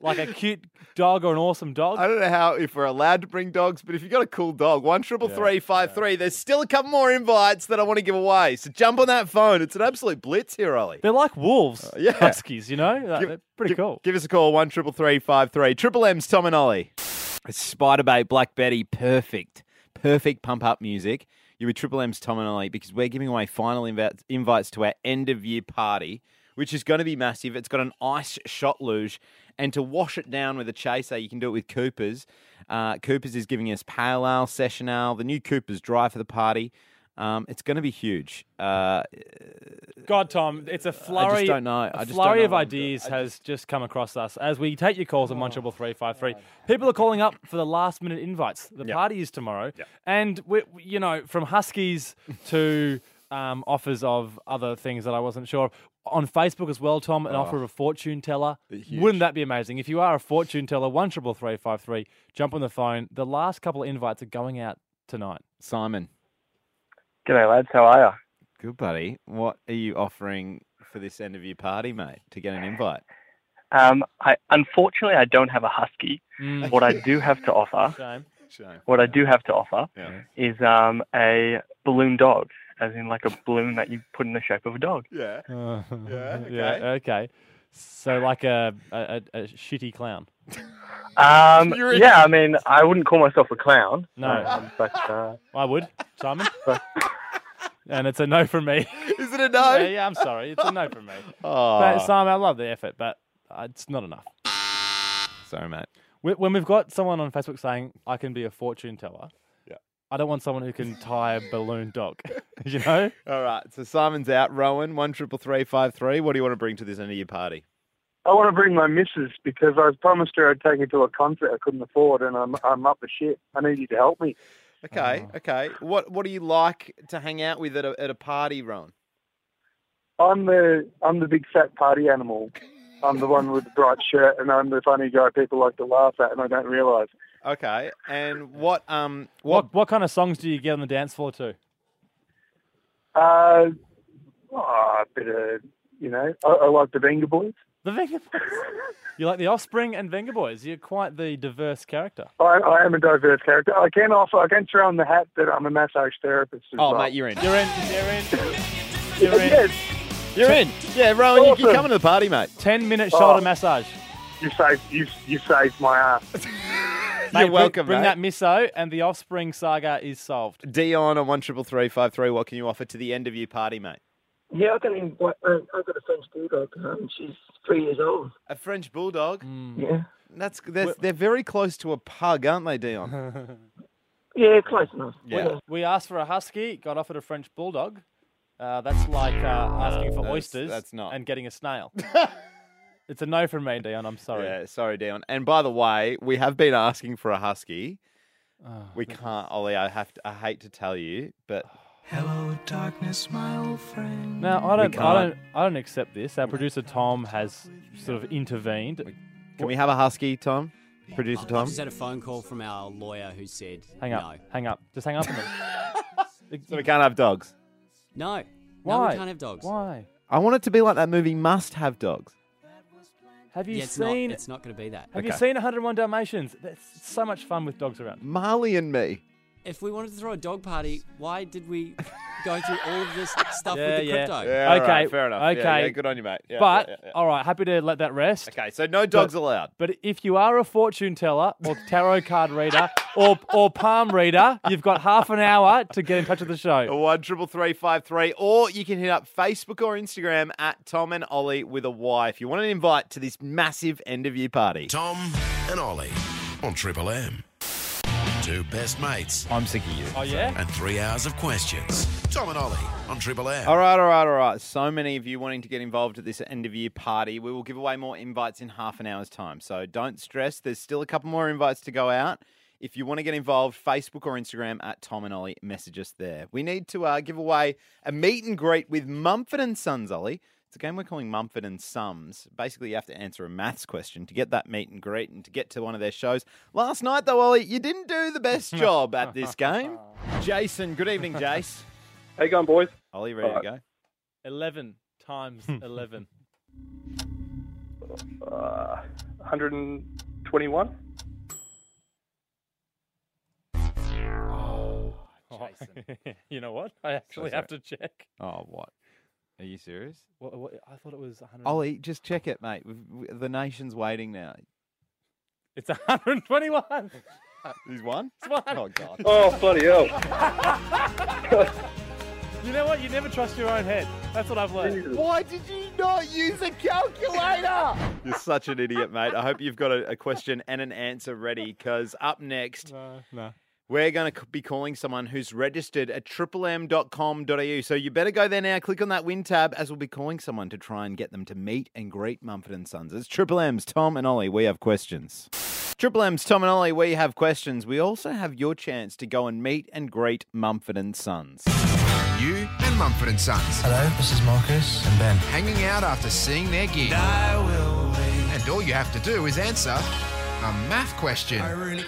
like a cute dog or an awesome dog. I don't know how if we're allowed to bring dogs, but if you've got a cool dog, one triple three five three. There's still a couple more invites that I want to give away. So jump on that phone. It's an absolute blitz here, Ollie. Uh, They're like wolves, yeah. huskies. You know, Like, they're pretty cool. Give us a call one triple three five three. Triple M's Tom and Ollie. Spider Bait Black Betty, perfect, perfect pump up music. You're with Triple M's Tom and Ollie because we're giving away final invi- invites to our end of year party, which is going to be massive. It's got an ice shot luge, and to wash it down with a chaser, you can do it with Coopers. Uh, Coopers is giving us pale ale, session ale, the new Coopers dry for the party. Um, it's going to be huge. Uh, God, Tom, it's a flurry. don't know. I A just don't flurry know of what I'm doing. Oh, ideas has just come across us as we take your calls on one triple three five three. People are calling up for the last minute invites. The party is tomorrow, and we, we- you know, from huskies to um, offers of other things that I wasn't sure of on Facebook as well. Tom, an Oh. offer of a fortune teller. Huge. Wouldn't that be amazing? If you are a fortune teller, one triple three five three. Jump on the phone. The last couple of invites are going out tonight. Simon. G'day, lads. How are you? Good, buddy. What are you offering for this end of your party, mate, to get an invite? Um, I, unfortunately, I don't have a husky. Mm. What I do have to offer, Shame. Shame. what I do have to offer, is um, a balloon dog, as in like a balloon that you put in the shape of a dog. Yeah. yeah. okay. Okay. So like a a, a, a shitty clown. Um, You're a- yeah, I mean, I wouldn't call myself a clown. No. um, but uh, I would, Simon. and it's a no from me. Is it a no? Ah. Yeah, yeah, I'm sorry. It's a no from me. Aw. But, Simon, I love the effort, but uh, it's not enough. Sorry, mate. Wh- When we've got someone on Facebook saying, I can be a fortune teller, Yeah. I don't want someone who can tie a balloon dog. you know? All right. So Simon's out. Rowan, one triple three five three. What do you want to bring to this end of your party? I want to bring my missus because I promised her I'd take her to a concert I couldn't afford, and I'm I'm up the shit. I need you to help me. Okay. Okay. What What do you like to hang out with at a, at a party, Rowan? I'm the I'm the big fat party animal. I'm the one with the bright shirt, and I'm the funny guy people like to laugh at, and I don't realise. Okay. And what um what, what kind of songs do you get on the dance floor to? Uh, oh, a bit of you know, I, I like the Venga Boys. The Venga Boys. You like the Offspring and Venga Boys. You're quite the diverse character. I, I am a diverse character. I can offer, I can throw in the hat that I'm a massage therapist. As Oh, well. mate, you're in. You're in. You're in. You're in. Yes. You're in. Yeah, Rowan, Oh, you can come to the party, mate. Ten minute Oh. shoulder massage. You saved you you saved my ass. Mate, bring- welcome, Bring mate. that miso, and the Offspring saga is solved. Dion on one triple three five three. What can you offer to the end of your party, mate? Yeah, I got an, uh, I got a French bulldog. Um, she's three years old. A French bulldog. Yeah. That's they're, they're very close to a pug, aren't they, Dion? Yeah, close enough. Yeah. We asked for a husky, got offered a French bulldog. Uh, that's like uh, asking for Ah, That's- oysters that's not- and getting a snail. it's a no from me, Dion. I'm sorry. Yeah, sorry, Dion. And by the way, we have been asking for a husky. Oh, we can't, Ollie. I have to. I hate to tell you, but Hello, darkness, my old friend. Now I We don't, I can't. don't, I don't accept this. Our producer Tom has sort of intervened. can we have a husky, Tom? Producer I Tom. just had a phone call from our lawyer who said Hang up. no. Hang up. Just hang up on them. So we can't have dogs. No. No, Why? we can't have dogs. Why? I want it to be like that movie. Must have dogs. Have you Yeah, it's not- seen? it's not going to be that. Have you Okay. seen 101 Dalmatians? That's so much fun with dogs around. Marley and me. If we wanted to throw a dog party, why did we go through all of this stuff Yeah, with the yeah. crypto? Yeah, all okay, right, fair enough. Yeah, Okay, yeah, good on you, mate. Yeah, but yeah, yeah, yeah. all right, happy to let that rest. Okay, so no dogs allowed. But if you are a fortune teller or tarot card reader or or palm reader, you've got half an hour to get in touch with the show. One triple three five three, or you can hit up Facebook or Instagram at Tom and Ollie with a Y if you want an invite to this massive end of year party. Tom and Ollie on Triple M. Two best mates. I'm sick of you. Oh, yeah? And three hours of questions. Tom and Ollie on Triple M. All right, all right, all right. So many of you wanting to get involved at this end of year party. We will give away more invites in half an hour's time. So don't stress. There's still a couple more invites to go out. If you want to get involved, Facebook or Instagram at Tom and Ollie, message us there. We need to uh, give away a meet and greet with Mumford and Sons, Ollie. It's a game we're calling Mumford and Sums. Basically, you have to answer a maths question to get that meet and greet and to get to one of their shows. Last night, though, Ollie, you didn't do the best job at this game. Jason, good evening, Jace. How you going, boys? Ollie, ready to Alright. go? Eleven times eleven. Uh, 121. Jason. you know what? I actually have to check. Oh, what? Are you serious? What, what, I thought it was 100. Ollie, just check it, mate. We've- we- The nation's waiting now. It's 121. Uh, He's won? He's won. Oh, God. Oh, bloody hell. You know what? You never trust your own head. That's what I've learned. Why did you not use a calculator? You're such an idiot, mate. I hope you've got a, a question and an answer ready because up next, no. we're going to be calling someone who's registered at triplem.com.au. So you better go there now. Click on that win tab as we'll be calling someone to try and get them to meet and greet Mumford and Sons. It's Triple M's Tom and Ollie. We have questions. Triple M's Tom and Ollie, we have questions. We also have your chance to go and meet and greet Mumford and Sons. You and Mumford and Sons. Hello, this is Marcus and Ben. Hanging out after seeing their gig. I will And all you have to do is answer a math question. I really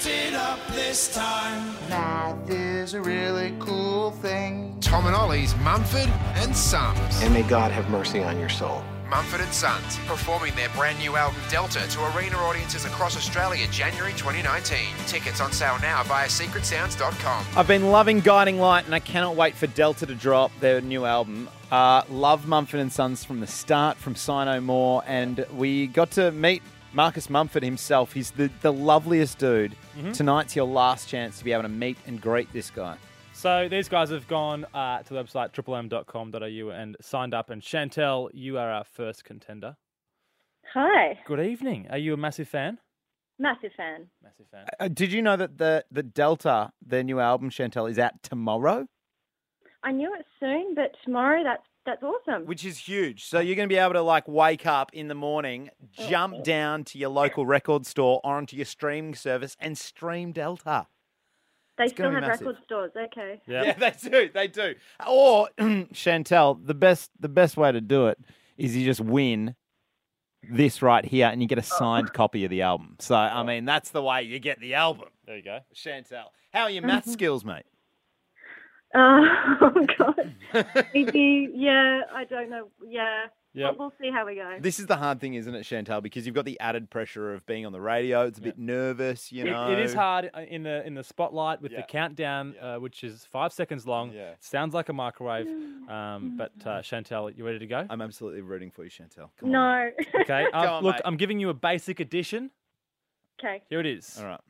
did up this time. Math is a really cool thing. Tom and Ollie's Mumford and Sons. And may God have mercy on your soul. Mumford and Sons, performing their brand new album Delta to arena audiences across Australia January 2019. Tickets on sale now via secretsounds.com. I've been loving Guiding Light, and I cannot wait for Delta to drop their new album. Uh, love Mumford and Sons from the start, from Sino Moore, and we got to meet Marcus Mumford himself. He's the, the loveliest dude. Mhm. Tonight's your last chance to be able to meet and greet this guy. So these guys have gone uh, to the website triplem.com.au and signed up. And Chantel, you are our first contender. Hi. Good evening. Are you a massive fan? Massive fan. Massive fan. Uh, did you know that the, the Delta, their new album, Chantel, is out tomorrow? I knew it soon, but tomorrow that's that's awesome. Which is huge. So you're going to be able to like wake up in the morning, jump down to your local record store or onto your streaming service and stream Delta. They it's still gonna have be massive. record stores. Okay. Yeah, they do. They do. Or Chantel, the best the best way to do it is you just win this right here and you get a Oh. signed copy of the album. So I mean that's the way you get the album. There you go. Chantel. How are your math skills, mate? Uh, oh god. Maybe, yeah. I don't know. Yeah. Yep. We'll see how we go. This is the hard thing, isn't it, Chantel? Because you've got the added pressure of being on the radio. It's a bit nervous, you It- know. it is hard i- in the in the spotlight with the countdown, uh, which is five seconds long. Sounds like a microwave, um, but uh, Chantel, you ready to go? I'm absolutely rooting for you, Chantel. no. Okay. um, on, look, mate. I'm giving you a basic addition. Okay. Here it is. All right.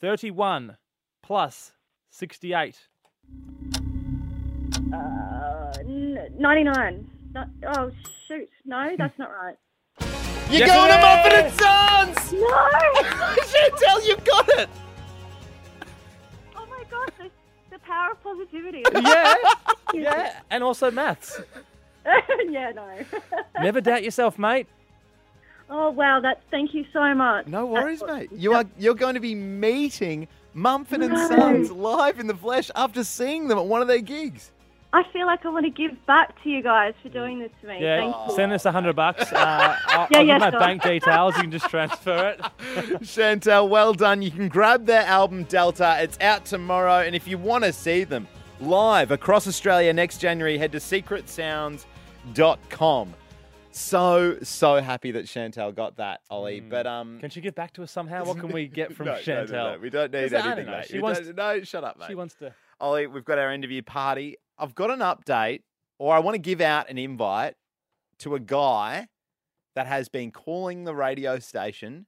Thirty-one plus sixty-eight. Uh, n- Ninety-nine. No- oh shoot. No, that's not right. You Yes, got it it is! Muffin and Sons! No. Chantel, you've got it. Oh my gosh. The, the power of positivity. Yeah. yeah. And also maths. yeah. No. Never doubt yourself, mate. oh wow. That's thank you so much. No That's worries, what- mate. You are you're going to be meeting Mumford and No. Sons live in the flesh after seeing them at one of their gigs. I feel like I want to give back to you guys for doing this to me. Yeah. Oh. Thank you. Send us a hundred bucks. Uh, I'll, Yeah, I'll give yeah, my sure. bank details. You can just transfer it. Chantel, well done. You can grab their album Delta. It's out tomorrow, and if you want to see them live across Australia next January, head to secretsounds.com. So so happy that Chantel got that, Ollie. Mm. But um, Can she give back to us somehow? What can we get from No, no, no, Chantel? no. We don't need Is that- I anything, don't know. mate. She We wants don't- no, shut up, mate. She wants to. Ollie, we've got our interview party. I've got an update, or I want to give out an invite to a guy that has been calling the radio station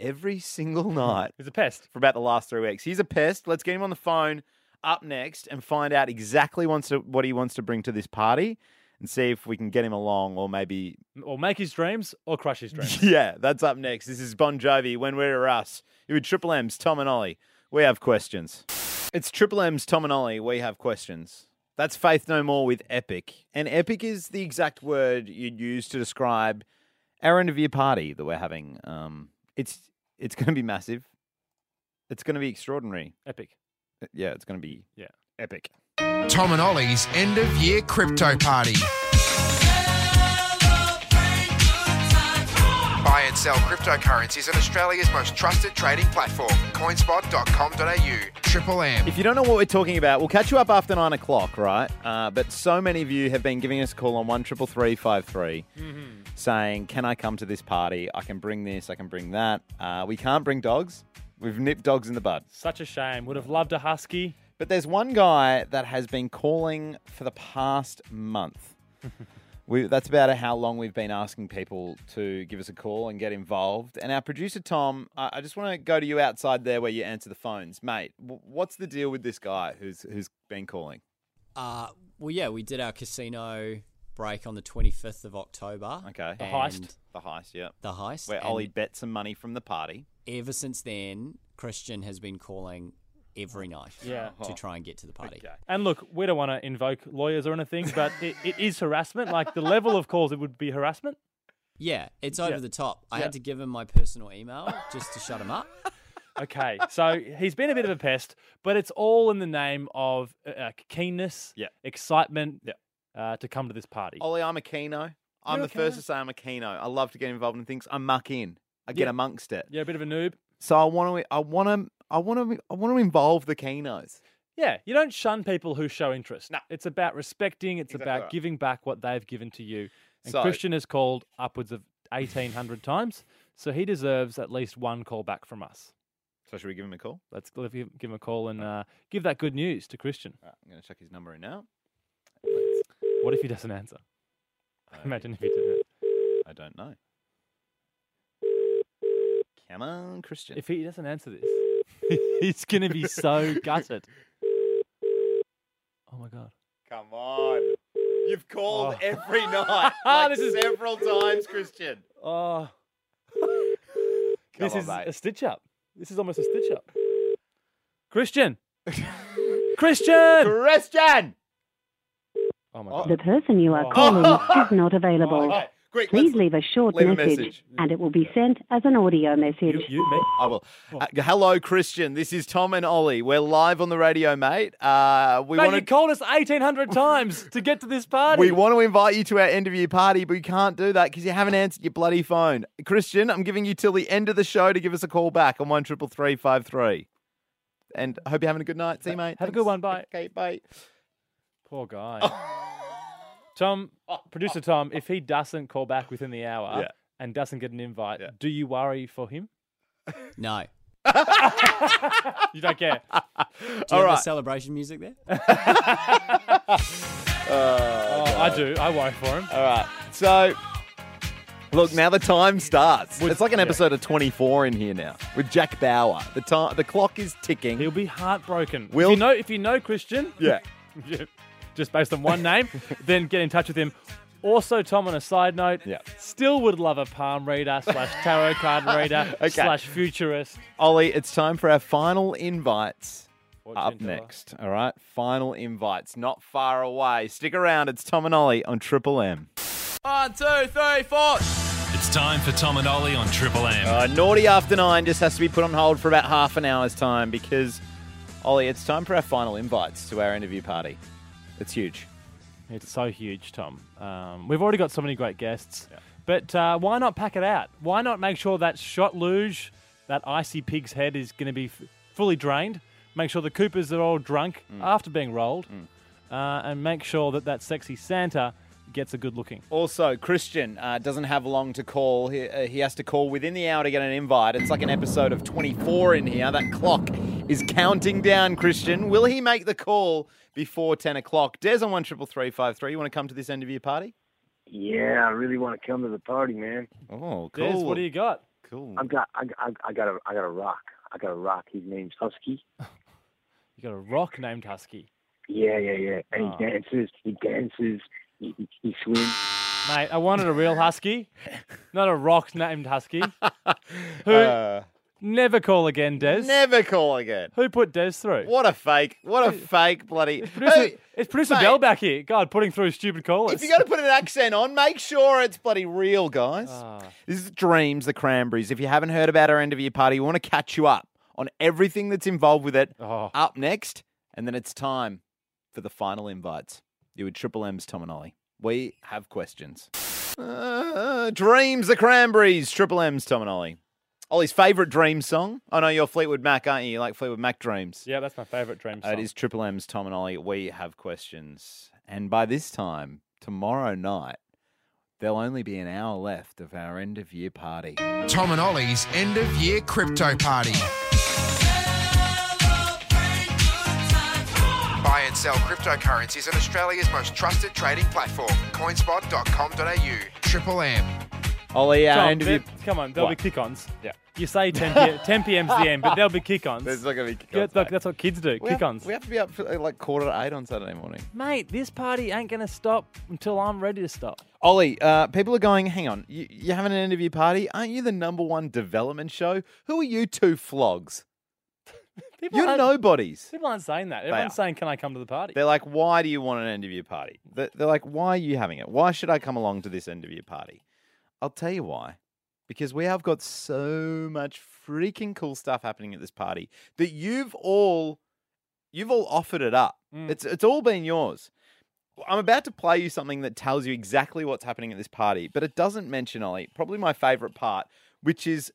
every single night. He's a pest. For about the last three weeks. He's a pest. Let's get him on the phone up next and find out exactly wants to, what he wants to bring to this party and see if we can get him along or maybe. Or make his dreams or crush his dreams. Yeah, that's up next. This is Bon Jovi, When We're Us. It would Triple M's, Tom and Ollie. We have questions. It's Triple M's, Tom and Ollie. We have questions. That's Faith No More with Epic. And Epic is the exact word you'd use to describe our interview party that we're having. Um, it's it's going to be massive. It's going to be extraordinary. Uh, Epic. Yeah, it's going to be yeah epic. Tom and Ollie's end of year crypto party. Buy and sell cryptocurrencies on Australia's most trusted trading platform, coinspot.com.au. Triple M. If you don't know what we're talking about, we'll catch you up after nine o'clock, right? Uh, but so many of you have been giving us a call on one triple three five three, saying, "Can I come to this party? I can bring this. I can bring that. Uh, we can't bring dogs. We've nipped dogs in the bud." Such a shame. Would have loved a husky. But there's one guy that has been calling for the past month. we, that's about how long we've been asking people to give us a call and get involved. And our producer, Tom, I, I just want to go to you outside there where you answer the phones. Mate, w- what's the deal with this guy who's, who's been calling? Uh, well, yeah, we did our casino break on the 25th of October. Okay. and The heist, yeah. The heist. Where and Ollie bet some money from the party. Ever since then, Christian has been calling every night Yeah. Oh. to try and get to the party. And look, we don't want to invoke lawyers or anything, but it, it is harassment. Like the level of calls, it would be harassment. Yeah, it's over Yeah. the top. I Yeah. had to give him my personal email just to shut him up. Okay, so he's been a bit of a pest, but it's all in the name of uh, uh, keenness, yeah. excitement uh, to come to this party. Ollie, I'm a Keno. I'm You're the a first Keno. to say I'm a Keno. I love to get involved in things. I muck in. I get Yeah. amongst it. Yeah, a bit of a noob. So I want to, I want to, I want to, I want to involve the Kenos. Yeah, you don't shun people who show interest. No. It's about respecting, it's Exactly about right. giving back what they've given to you. And So- Christian has called upwards of 1,800 times, so he deserves at least one call back from us. So should we give him a call? Let's give give him a call and uh, give that good news to Christian. I'm going to check his number in now. What if he doesn't answer? Imagine if he didn't. I don't know. Come on, Christian. If he doesn't answer this, he's going to be so gutted. Oh my god. Come on. You've called Oh. every night. Ah, Like this is- several times, Christian. Oh. this on, is mate. a stitch up. This is almost a stitch up. Christian. Christian. Christian. Oh my The person you Oh. are calling is not available. Quick, Please leave a short leave a message, message. and it will be sent as an audio message. I will. Oh. Uh, hello, Christian. This is Tom and Ollie. We're live on the radio, mate. Uh, we Mate, want you called us 1,800 times to get to this party. We want to invite you to our end of year party, but we can't do that because you haven't answered your bloody phone. Christian, I'm giving you till the end of the show to give us a call back on one triple three five three. And I hope you're having a good night. See you, mate. Have a good one. Bye. Okay, bye. Poor guy. Oh. Tom, producer Tom, if he doesn't call back within the hour Yeah. and doesn't get an invite, do you worry for him? No. You don't care. Do you have All right. the celebration music there? Oh, I do. I worry for him. All right. So, look, now the time starts. it's like an yeah. episode of 24 in here now with Jack Bauer. The time, the clock is ticking. He'll be heartbroken. Will if you know if you know Christian, Yeah. yeah, just based on one name, then get in touch with him. Also, Tom, on a side note, yeah. still would love a palm reader slash tarot card reader Okay. slash futurist. Ollie, it's time for our final invites. Fortune Up teller. next, all right? Final invites, not far away. Stick around, it's Tom and Ollie on Triple M. One, two, three, four. It's time for Tom and Ollie on Triple M. Uh, naughty After Nine just has to be put on hold for about half an hour's time because, Ollie, it's time for our final invites to our interview party. It's huge. It's so huge, Tom. Um, we've already got so many great guests, but uh, why not pack it out? Why not make sure that shot luge, that icy pig's head, is going to be f- fully drained? Make sure the Coopers are all drunk Mm. after being rolled, uh, and make sure that that sexy Santa gets a good looking. Also, Christian uh, doesn't have long to call. He, uh, he has to call within the hour to get an invite. It's like an episode of 24 in here. That clock is counting down, Christian. Will he make the call before 10 o'clock? Des on 133353, you want to come to this end of your party? Yeah, I really want to come to the party, man. Oh, Des, what do you got? Cool. I've got, I, I, I got a, I got a rock. I got a rock. His name's Husky. You got a rock named Husky. Yeah, yeah, yeah. And Ah. Oh. he dances. He dances. He, he, he swims. Mate, I wanted a real husky, not a rock named husky. Who? Uh. never call again, Des. Never call again. Who put Des through? What a fake. What a fake bloody. Producer, Hey, it's producer mate. Bell back here. God, putting through stupid callers. if you're going to put an accent on, make sure it's bloody real, guys. Ah. This is Dreams, the Cranberries. If you haven't heard about our end of year party, we want to catch you up on everything that's involved with it Oh. up next. And then it's time for the final invites. You with Triple M's Tom and Ollie. We have questions. Uh, Dreams, the Cranberries, Triple M's Tom and Ollie. Ollie's favourite dream song? I know you're Fleetwood Mac, aren't you? You like Fleetwood Mac dreams. Yeah, that's my favourite dream Uh, song. It is Triple M's Tom and Ollie. We have questions. And by this time, tomorrow night, there'll only be an hour left of our end of year party. Tom and Ollie's end of year crypto party. Buy and sell cryptocurrencies on Australia's most trusted trading platform, coinspot.com.au. Triple M. Ollie, our Tom, end of there- year. come on, there'll What? be kick-ons. Yeah. You say 10, p- 10 p.m. 's the end, but there'll be kick-ons. There's not going to be Yeah, kick-ons, look, mate. that's what kids do, We have- kick-ons. We have to be up for uh, like quarter to eight on Saturday morning. Mate, this party ain't going to stop until I'm ready to stop. Ollie, uh, people are going, hang on, you, you're having an end of year party? Aren't you the number one development show? Who are you two flogs? you're aren't- nobodies. People aren't saying that. Everyone's saying, can I come to the party? They're like, why do you want an end of year party? They're they're like, why are you having it? Why should I come along to this end of year party? I'll tell you why. Because we have got so much freaking cool stuff happening at this party that you've all you've all offered it up. It's it's all been yours. I'm about to play you something that tells you exactly what's happening at this party, but it doesn't mention Ollie, probably my favorite part, which is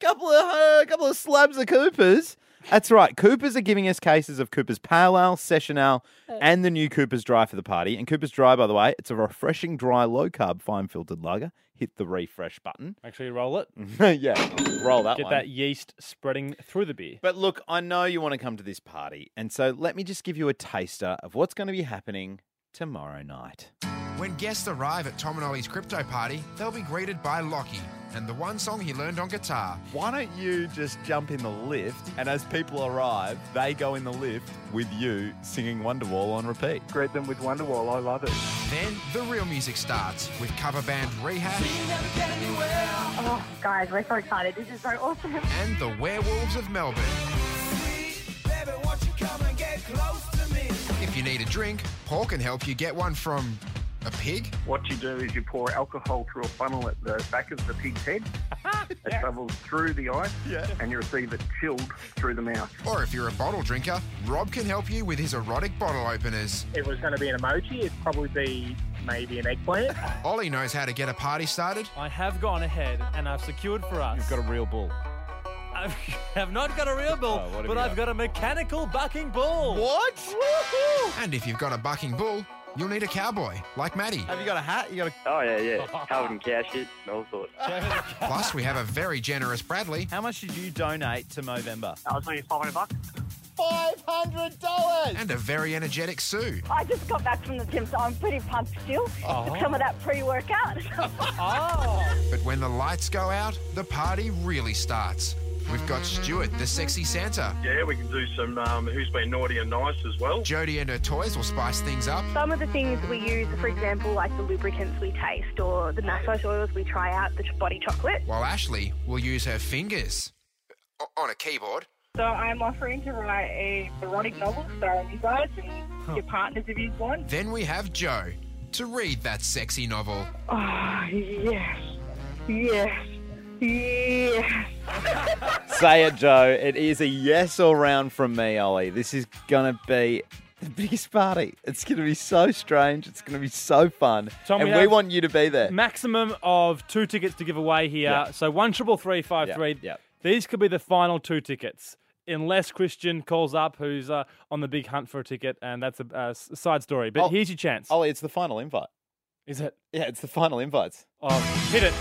couple of uh, couple of slabs of Coopers That's right. Coopers are giving us cases of Coopers Pale Ale, Session Ale, and the new Coopers Dry for the party. And Coopers Dry, by the way, it's a refreshing, dry, low carb, fine filtered lager. Hit the refresh button. Make sure you roll it. Mm-hmm. yeah, roll that Get one. that yeast spreading through the beer. But look, I know you want to come to this party, and so let me just give you a taster of what's going to be happening tomorrow night. When guests arrive at Tom and Ollie's crypto party, they'll be greeted by Lockie and the one song he learned on guitar. Why don't you just jump in the lift, and as people arrive, they go in the lift with you singing Wonderwall on repeat. Greet them with Wonderwall. I love it. Then the real music starts with cover band Rehab Oh, guys, we're so excited. This is so awesome. and the Werewolves of Melbourne. If you need a drink, Paul can help you get one from a pig. What you do is you pour alcohol through a funnel at the back of the pig's head. It travels through the eye, and you receive it chilled through the mouth. Or if you're a bottle drinker, Rob can help you with his erotic bottle openers. If it was going to be an emoji, it'd probably be maybe an eggplant. Ollie knows how to get a party started. I have gone ahead and I've secured for us. You've got a real bull. I have not got a real bull, Oh, what have but you I've got a mechanical bucking bull. And if you've got a bucking bull, you'll need a cowboy, like Maddie. Have you got a hat? You got a... Oh, yeah, yeah. Covered in cow shit and all sorts. Plus, we have a very generous Bradley. How much did you donate to Movember? I was only 500 bucks. $500! And a very energetic Sue. I just got back from the gym, so I'm pretty pumped still. Oh. Some of that pre-workout. But when the lights go out, the party really starts. We've got Stuart, the sexy Santa. Yeah, we can do some um, who's been naughty and nice as well. Jody and her toys will spice things up. Some of the things we use, for example, like the lubricants we taste or the massage oils we try out, the body chocolate. While Ashley will use her fingers o- on a keyboard. So I'm offering to write a erotic novel starring you guys and your partners if you want. Then we have Joe to read that sexy novel. Um, Oh, yes. Yes. Yes. Say it, Joe. It is a yes all round from me, Ollie. This is going to be the biggest party. It's going to be so strange. It's going to be so fun. Tom, and we we, have- want you to be there. Maximum of two tickets to give away here. Yeah. So one triple three five three. yeah. These could be the final two tickets, unless Christian calls up, who's uh, on the big hunt for a ticket, and that's a uh, s- side story. But Oh, here's your chance. Ollie, it's the final invite. Is it? Yeah, it's the final invites. Oh, hit it.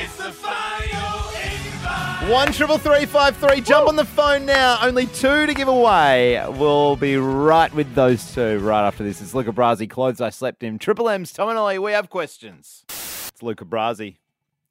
It's the final invite. One triple three five three. Jump on the phone now. Only two to give away. We'll be right with those two right after this. It's Luca Brasi. Clothes I slept in. Triple M's Tom and Ollie. We have questions. It's Luca Brasi.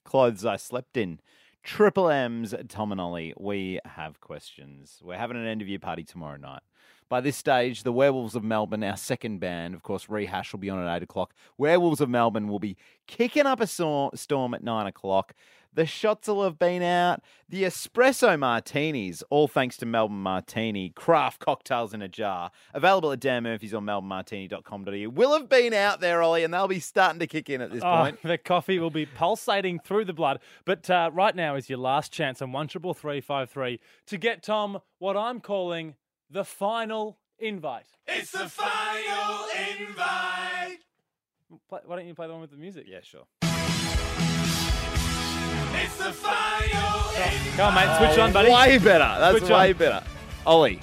Clothes I slept in. Triple M's Tom and Ollie. We have questions. We're having an end of year party tomorrow night. By this stage, the Werewolves of Melbourne, our second band, of course, Rehash will be on at 8 o'clock. Werewolves of Melbourne will be kicking up a sor- storm at 9 o'clock. The shots will have been out. The espresso martinis, all thanks to Melbourne Martini, craft cocktails in a jar, available at Dan Murphy's on melbournemartini.com.au, will have been out there, Ollie, and they'll be starting to kick in at this Oh, point. the coffee will be pulsating through the blood. But uh, right now is your last chance on one triple three five three to get Tom what I'm calling the final invite. It's the final invite. Play, why don't you play the one with the music? Yeah, sure. It's the final invite. Come on, mate, switch Oh, on, buddy. Way better. That's Switch way on. better. Ollie,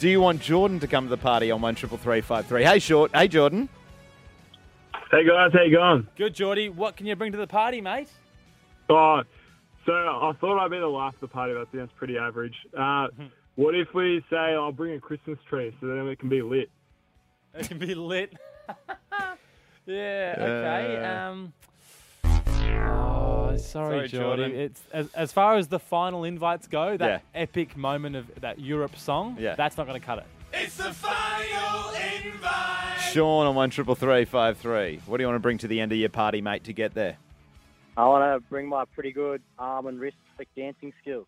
do you want Jordan to come to the party on one triple three five three? Hey, short. Hey, Jordan. Hey guys, how you going? Good, Geordie. What can you bring to the party, mate? Oh, so I thought I'd be the last of the party. That sounds pretty average. Uh, what if we say I'll bring a Christmas tree so then it can be lit? It can be lit. yeah. Okay. Uh, Um. Oh, sorry, Sorry, Jordan. Jordan. It's as, as far as the final invites go. That Yeah. epic moment of that Europe song. Yeah. That's not going to cut it. It's the final invite. Sean on one triple three five three. What do you want to bring to the end of your party, mate, to get there? I want to bring my pretty good arm and wrist flick dancing skills.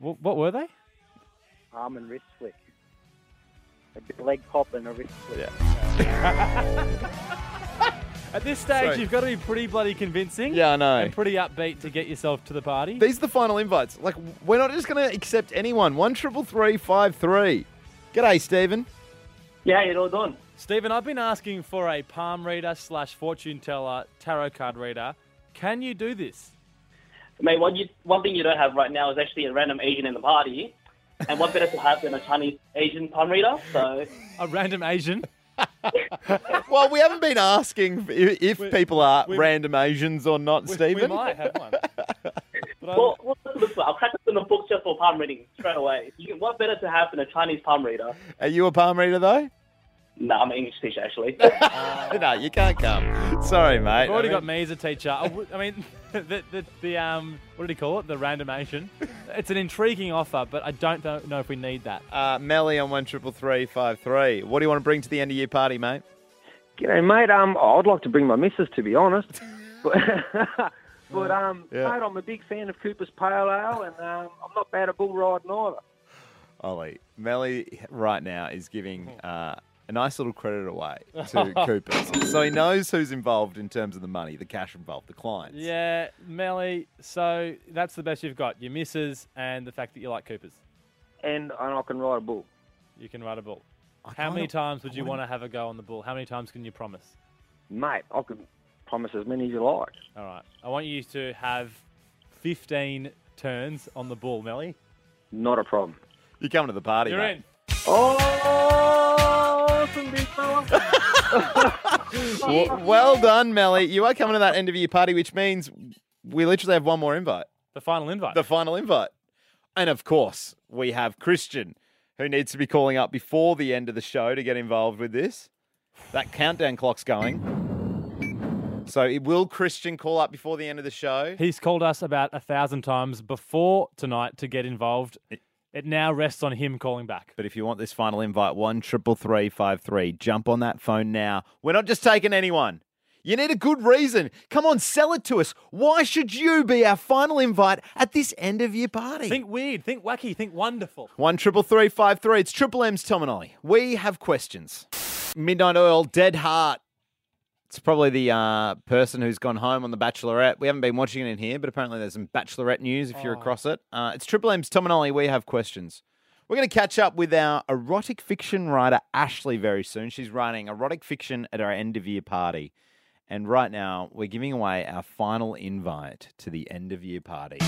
What, what were they? Arm and wrist flick. A bit of leg pop and a wrist flick. At this stage, Sorry. you've got to be pretty bloody convincing. Yeah, I know. And pretty upbeat to get yourself to the party. These are the final invites. Like we're not just going to accept anyone. One triple three five three. G'day, Stephen. Yeah, you're all done. Stephen, I've been asking for a palm reader slash fortune teller tarot card reader. Can you do this? I mean, one, you, one thing you don't have right now is actually a random Asian in the party. And what better to have than a Chinese Asian pun reader? So, A random Asian. well, we haven't been asking if, if people are we- random Asians or not, We- Stephen. We might have one. well, we'll have to look for. I'll practice in the book just for palm reading straight away. You, what better to have than a Chinese palm reader? Are you a palm reader though? No, I'm an English teacher actually. no, you can't come. Sorry, mate. I've already I got mean- me as a teacher. I, would- I mean, the, the, the um, what did he call it? The randomation. It's an intriguing offer, but I don't tho- know if we need that. uh, Melly on one triple three five three. What do you want to bring to the end of your party, mate? G'day, mate. Um, I'd like to bring my missus, to be honest. But, But um, Yeah. mate, I'm a big fan of Cooper's Pale Ale, and um, I'm not bad at bull riding either. Ollie, Melly right now is giving uh, a nice little credit away to Coopers, so he knows who's involved in terms of the money, the cash involved, the clients. Yeah, Melly. So that's the best you've got. Your misses and the fact that you like Coopers. and, and I can ride a bull. You can ride a bull. How many times would you want to have a go on the bull? How many times can you promise? Mate, I can promise as many as you like. All right. I want you to have 15 turns on the bull, Melly. Not a problem. You come to the party, You're mate. in. Oh, Awesome, big fella. W- well done, Melly. You are coming to that end of your party, which means we literally have one more invite. The final invite. The final invite. And of course, we have Christian, who needs to be calling up before the end of the show to get involved with this. That countdown clock's going. So, it- will Christian call up before the end of the show? He's called us about a thousand times before tonight to get involved. It now rests on him calling back. But if you want this final invite, one triple three five three. Jump on that phone now. We're not just taking anyone. You need a good reason. Come on, sell it to us. Why should you be our final invite at this end of year party? Think weird, think wacky, think wonderful. One triple three five three. It's Triple M's Tom and Ollie. We have questions. Midnight Oil, Dead Heart. It's probably the uh, person who's gone home on The Bachelorette. We haven't been watching it in here, but apparently there's some Bachelorette news if you're across it. Uh, it's Triple M's Tom and Ollie. We have questions. We're going to catch up with our erotic fiction writer, Ashley, very soon. She's writing erotic fiction at our end of year party. And right now, we're giving away our final invite to the end of year party.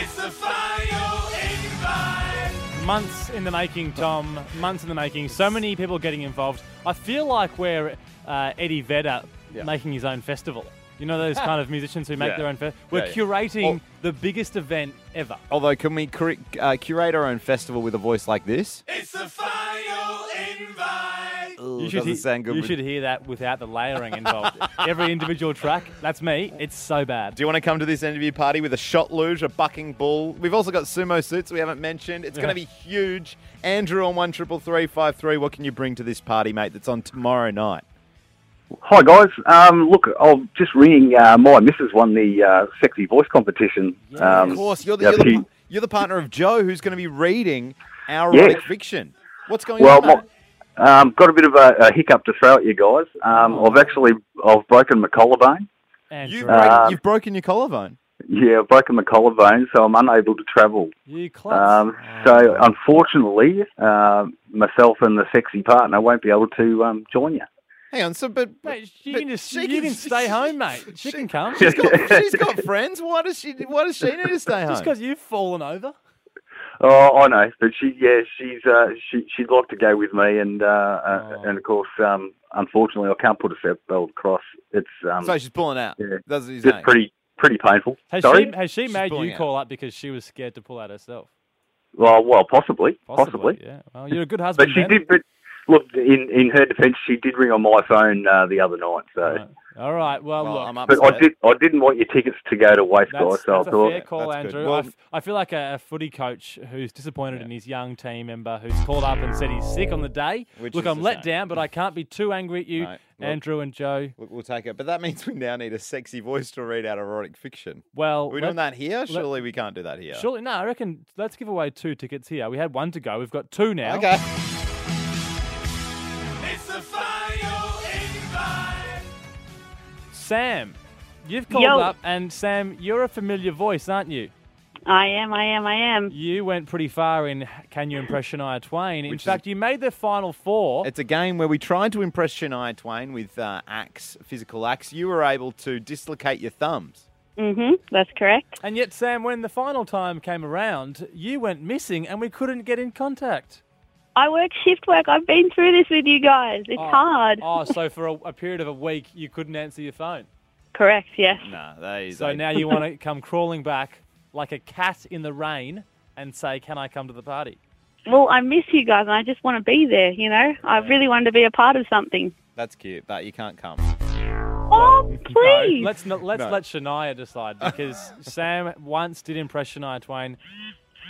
It's the final invite. Months in the making, Tom. Months in the making. So many people getting involved. I feel like we're uh, Eddie Vedder making his own festival. You know those kind of musicians who make Yeah. their own festival? We're Yeah, yeah. curating the biggest event ever. Although, can we cur- uh, curate our own festival with a voice like this? It's the final invite. Ooh, doesn't he- sound good you with- should hear that without the layering involved. Every individual track, that's me. It's so bad. Do you want to come to this interview party with a shot luge, a bucking bull? We've also got sumo suits we haven't mentioned. It's going to be huge. Andrew on one triple three five three. What can you bring to this party, mate? That's on tomorrow night. Hi guys. Um, look, I'll just ring. Uh, my missus won the uh, sexy voice competition. um, of course, you're the, yeah, you're, the, she- pa- you're the partner of Joe, who's going to be reading our Yes. erotic fiction. What's going well, on? mate? my, um, got a bit of a, a hiccup to throw at you guys. Um, I've actually I've broken my collarbone. you've, Andrew. broken- Um, you've broken your collarbone. Yeah, I've broken my collarbone, so I'm unable to travel. You Um, so unfortunately, uh, myself and the sexy partner won't be able to um, join you. Hang on, so but, mate, she can just you can, stay home, mate. She, can come. She's got, she's got friends. Why does she? Why does she need to stay home? Just because you've fallen over. Oh, I know, but she, yeah, she's uh, she she'd like to go with me, and uh, uh Oh. and of course, um, unfortunately, I can't put a seatbelt across. It's um, so she's pulling out. yeah, That's what he's just saying. pretty pretty painful. Has Sorry. she has she made pulling you out. call up because she was scared to pull out herself? Well, well, possibly, Possibly, possibly. yeah. Well, you're a good But husband. she Ben. did. But look, in in her defence, she did ring on my phone uh, the other night. So, All right. Well, look. I'm but I did. I didn't want your tickets to go to waste, That's, guys. So that's I a thought. fair call, Andrew. I, f- I feel like a, a footy coach who's disappointed in his young team member who's called up and said he's sick on the day. Which Look, is Uh, I'm a let shame. down, but I can't be too angry at you, No, well- Andrew and Joe. We'll, we'll take it. But that means we now need a sexy voice to read out erotic fiction. Well, Are we doing let- that here? let- Surely we can't do that here. Surely, no. I reckon let's give away two tickets here. We had one to go. We've got two now. Okay. It's the final invite. Sam, you've called Yo. up, and Sam, you're a familiar voice, aren't you? I am, I am, I am. You went pretty far in Can You Impression I Twain. In fact, you made the final four. It's a game where we tried to impress Shania Twain with uh, axe, physical axe. You were able to dislocate your thumbs. Mm-hmm. That's correct. And yet, Sam, when the final time came around, you went missing and we couldn't get in contact. I work shift work. I've been through this with you guys. It's Oh. hard. Oh, so for a, a period of a week, you couldn't answer your phone. Correct. Yes. Nah, they. So now you want to come crawling back like a cat in the rain and say, "Can I come to the party?" Well, I miss you guys, and I just want to be there. You know, I really wanted to be a part of something. That's cute, but you can't come. Oh, please. No, let's not, let's No. let Shania decide because Sam once did impress Shania Twain.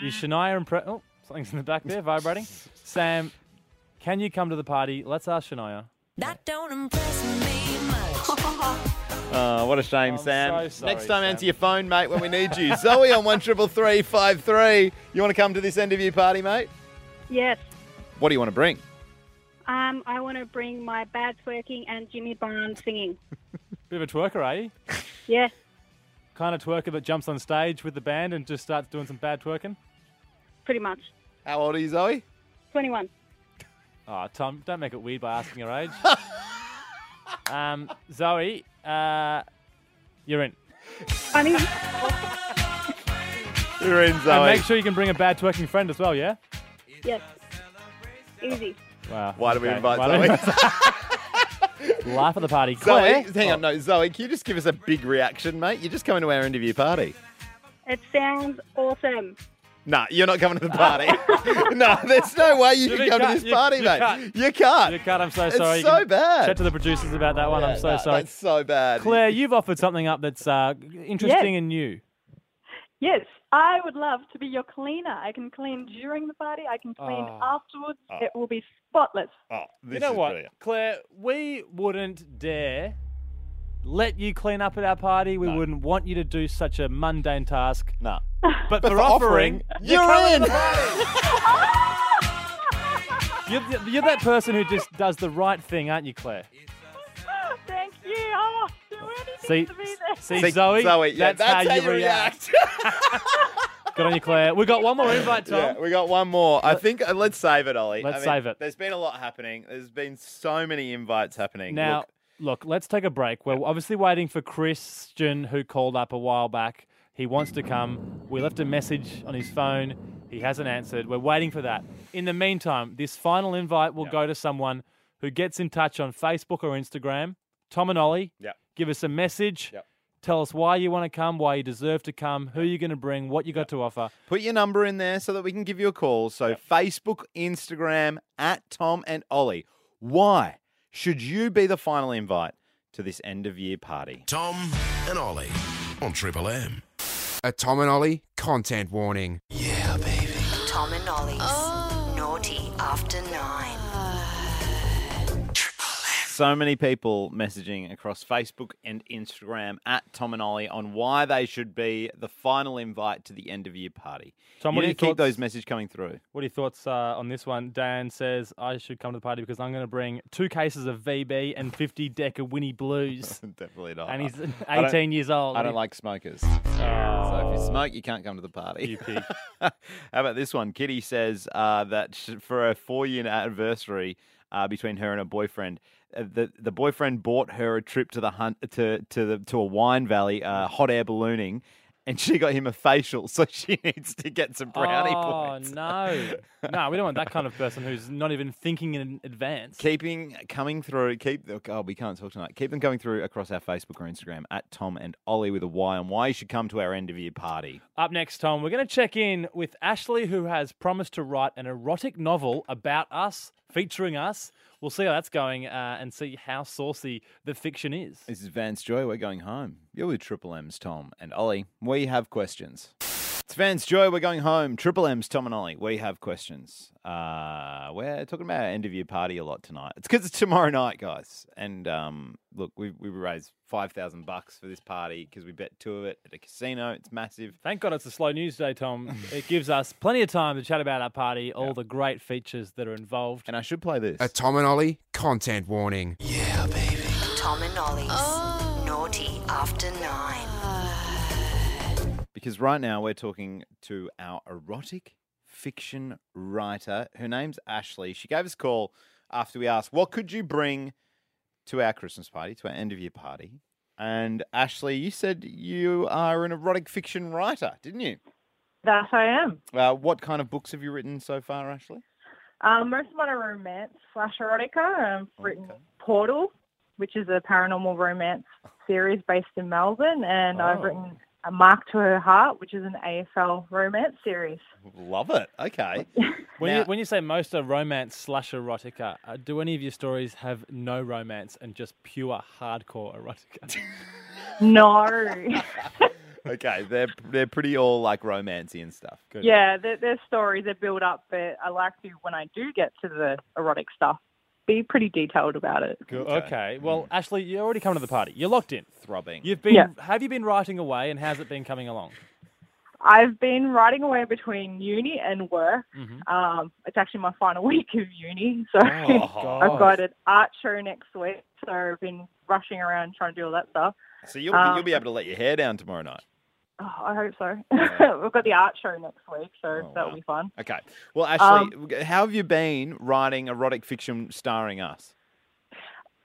You Shania impress. Oh, something's in the back there vibrating. Sam, can you come to the party? Let's ask Shania. That don't impress me much. Uh, what a shame, Sam. so sorry, Next time, answer your phone, mate, when we need you. Zoe on one triple three five three. You want to come to this interview party, mate? Yes. What do you want to bring? Um, I want to bring my bad twerking and Jimmy Barnes singing. Bit of a twerker, are you? Yeah. Kind of twerker that jumps on stage with the band and just starts doing some bad twerking. Pretty much. How old are you, Zoe? 21. Oh, Tom, don't make it weird by asking her age. um, Zoe, uh, you're in. I mean, You're in, And Zoe. make sure you can bring a bad twerking friend as well, yeah? yes. Easy. Wow. Why do we okay. invite Why do Zoe? we- Laugh at the party. Zoe, Claire? hang on, no, Zoe, can you just give us a big reaction, mate? You're just coming to our interview party. It sounds awesome. Nah, you're not coming to the party. no, there's no way you, You can come can't- to this you- party, you mate. can't. You can't. You can't. I'm so It's sorry. You so can bad. Chat to the producers about that one. Yeah, I'm so no, sorry. That's so bad. Claire, you've offered something up that's uh, interesting and new. Yes, I would love to be your cleaner. I can clean during the party. I can clean Ah. afterwards. Ah. It will be spotless. Oh, you know what, Claire? We wouldn't dare let you clean up at our party. We wouldn't want you to do such a mundane task. No. But, But for, for offering, offering, you're, you're coming to in. the party. you're, you're that person who just does the right thing, aren't you, Claire? Thank you. I'll do See, anything to be there. see, Zoe. Zoe, yeah, that's, how, you react. Good on you, Claire. We got one more invite, Tom. Yeah, we got one more. I think uh, let's save it, Ollie. Let's I mean, save it. There's been a lot happening. There's been so many invites happening. Now, Look, look, let's take a break. We're obviously waiting for Christian, who called up a while back. He wants to come. We left a message on his phone. He hasn't answered. We're waiting for that. In the meantime, this final invite will go to someone who gets in touch on Facebook or Instagram. Tom and Ollie, Yep. give us a message. Tell us why you want to come, why you deserve to come, who you're going to bring, what you got to offer. put your number in there so that we can give you a call. So Facebook, Instagram at Tom and Ollie. Why should you be the final invite to this end of year party? Tom and Ollie on Triple M. A Tom and Ollie content warning. Tom and Ollie's Naughty After Nine. So many people messaging across Facebook and Instagram at Tom and Ollie on why they should be the final invite to the end of year party. Tom, what you need are your to keep thoughts? those messages coming through. What are your thoughts uh, on this one? Dan says I should come to the party because I'm going to bring two cases of VB and 50 deck of Winnie Blues. Definitely not. And he's I don't- 18 years old. I and don't he- Oh. like smokers. So if you smoke, you can't come to the party. You pig. How about this one? Kitty says uh, that sh- for her four-year anniversary uh, between her and her boyfriend, uh, the the boyfriend bought her a trip to the hunt to to the to a wine valley, uh, hot air ballooning, and she got him a facial, so she needs to get some brownie oh, points. no. No, we don't want that kind of person who's not even thinking in advance. Keeping coming through, keep oh we can't talk tonight. Keep them coming through across our Facebook or Instagram at Tom and Ollie with a Y on why you should come to our end of year party. Up next, Tom, we're going to check in with Ashley, who has promised to write an erotic novel about us, featuring us. We'll see how that's going uh, and see how saucy the fiction is. This is Vance Joy. We're going home. You're with Triple M's Tom and Ollie. We have questions. It's Vance Joy. We're going home. Triple M's Tom and Ollie. We have questions. Uh, we're talking about our end of year party a lot tonight. It's because it's tomorrow night, guys. And um, look, we we raised five thousand bucks for this party because we bet two of it at a casino. It's massive. Thank God it's a slow news day, Tom. It gives us plenty of time to chat about our party, all the great features that are involved. And I should play this. A Tom and Ollie content warning. Tom and Ollie's Naughty After Nine. Because right now we're talking to our erotic fiction writer. Her name's Ashley. She gave us a call after we asked, What could you bring to our Christmas party, to our end of year party? And Ashley, you said you are an erotic fiction writer, didn't you? That I am. Uh, what kind of books have you written so far, Ashley? Um, most of mine are romance slash erotica. I've written Portal, which is a paranormal romance series based in Melbourne, and I've Oh. written A Mark to Her Heart, which is an AFL romance series. Love it. Okay. When, you, when you say most are romance slash erotica, uh, do any of your stories have no romance and just pure hardcore erotica? No. okay, they're they're pretty all like romancy and stuff. Good. yeah, their, their stories are built up, but I like to, when I do get to the erotic stuff, be pretty detailed about it. Good. Okay. Well, Ashley, you're already coming to the party. You're locked in. Hmm. Throbbing. You've been. Yeah. Have you been writing away, and how's it been coming along? I've been riding away between uni and work. Mhm. Mm-hmm. Um, it's actually my final week of uni, so Oh, I've got an art show next week. So I've been rushing around trying to do all that stuff. So you'll Um, you'll be able to let your hair down tomorrow night. Oh, I hope so. We've got the art show next week, so Oh, that'll be fun. Okay. Well, Um, Ashley, how have you been writing erotic fiction starring us?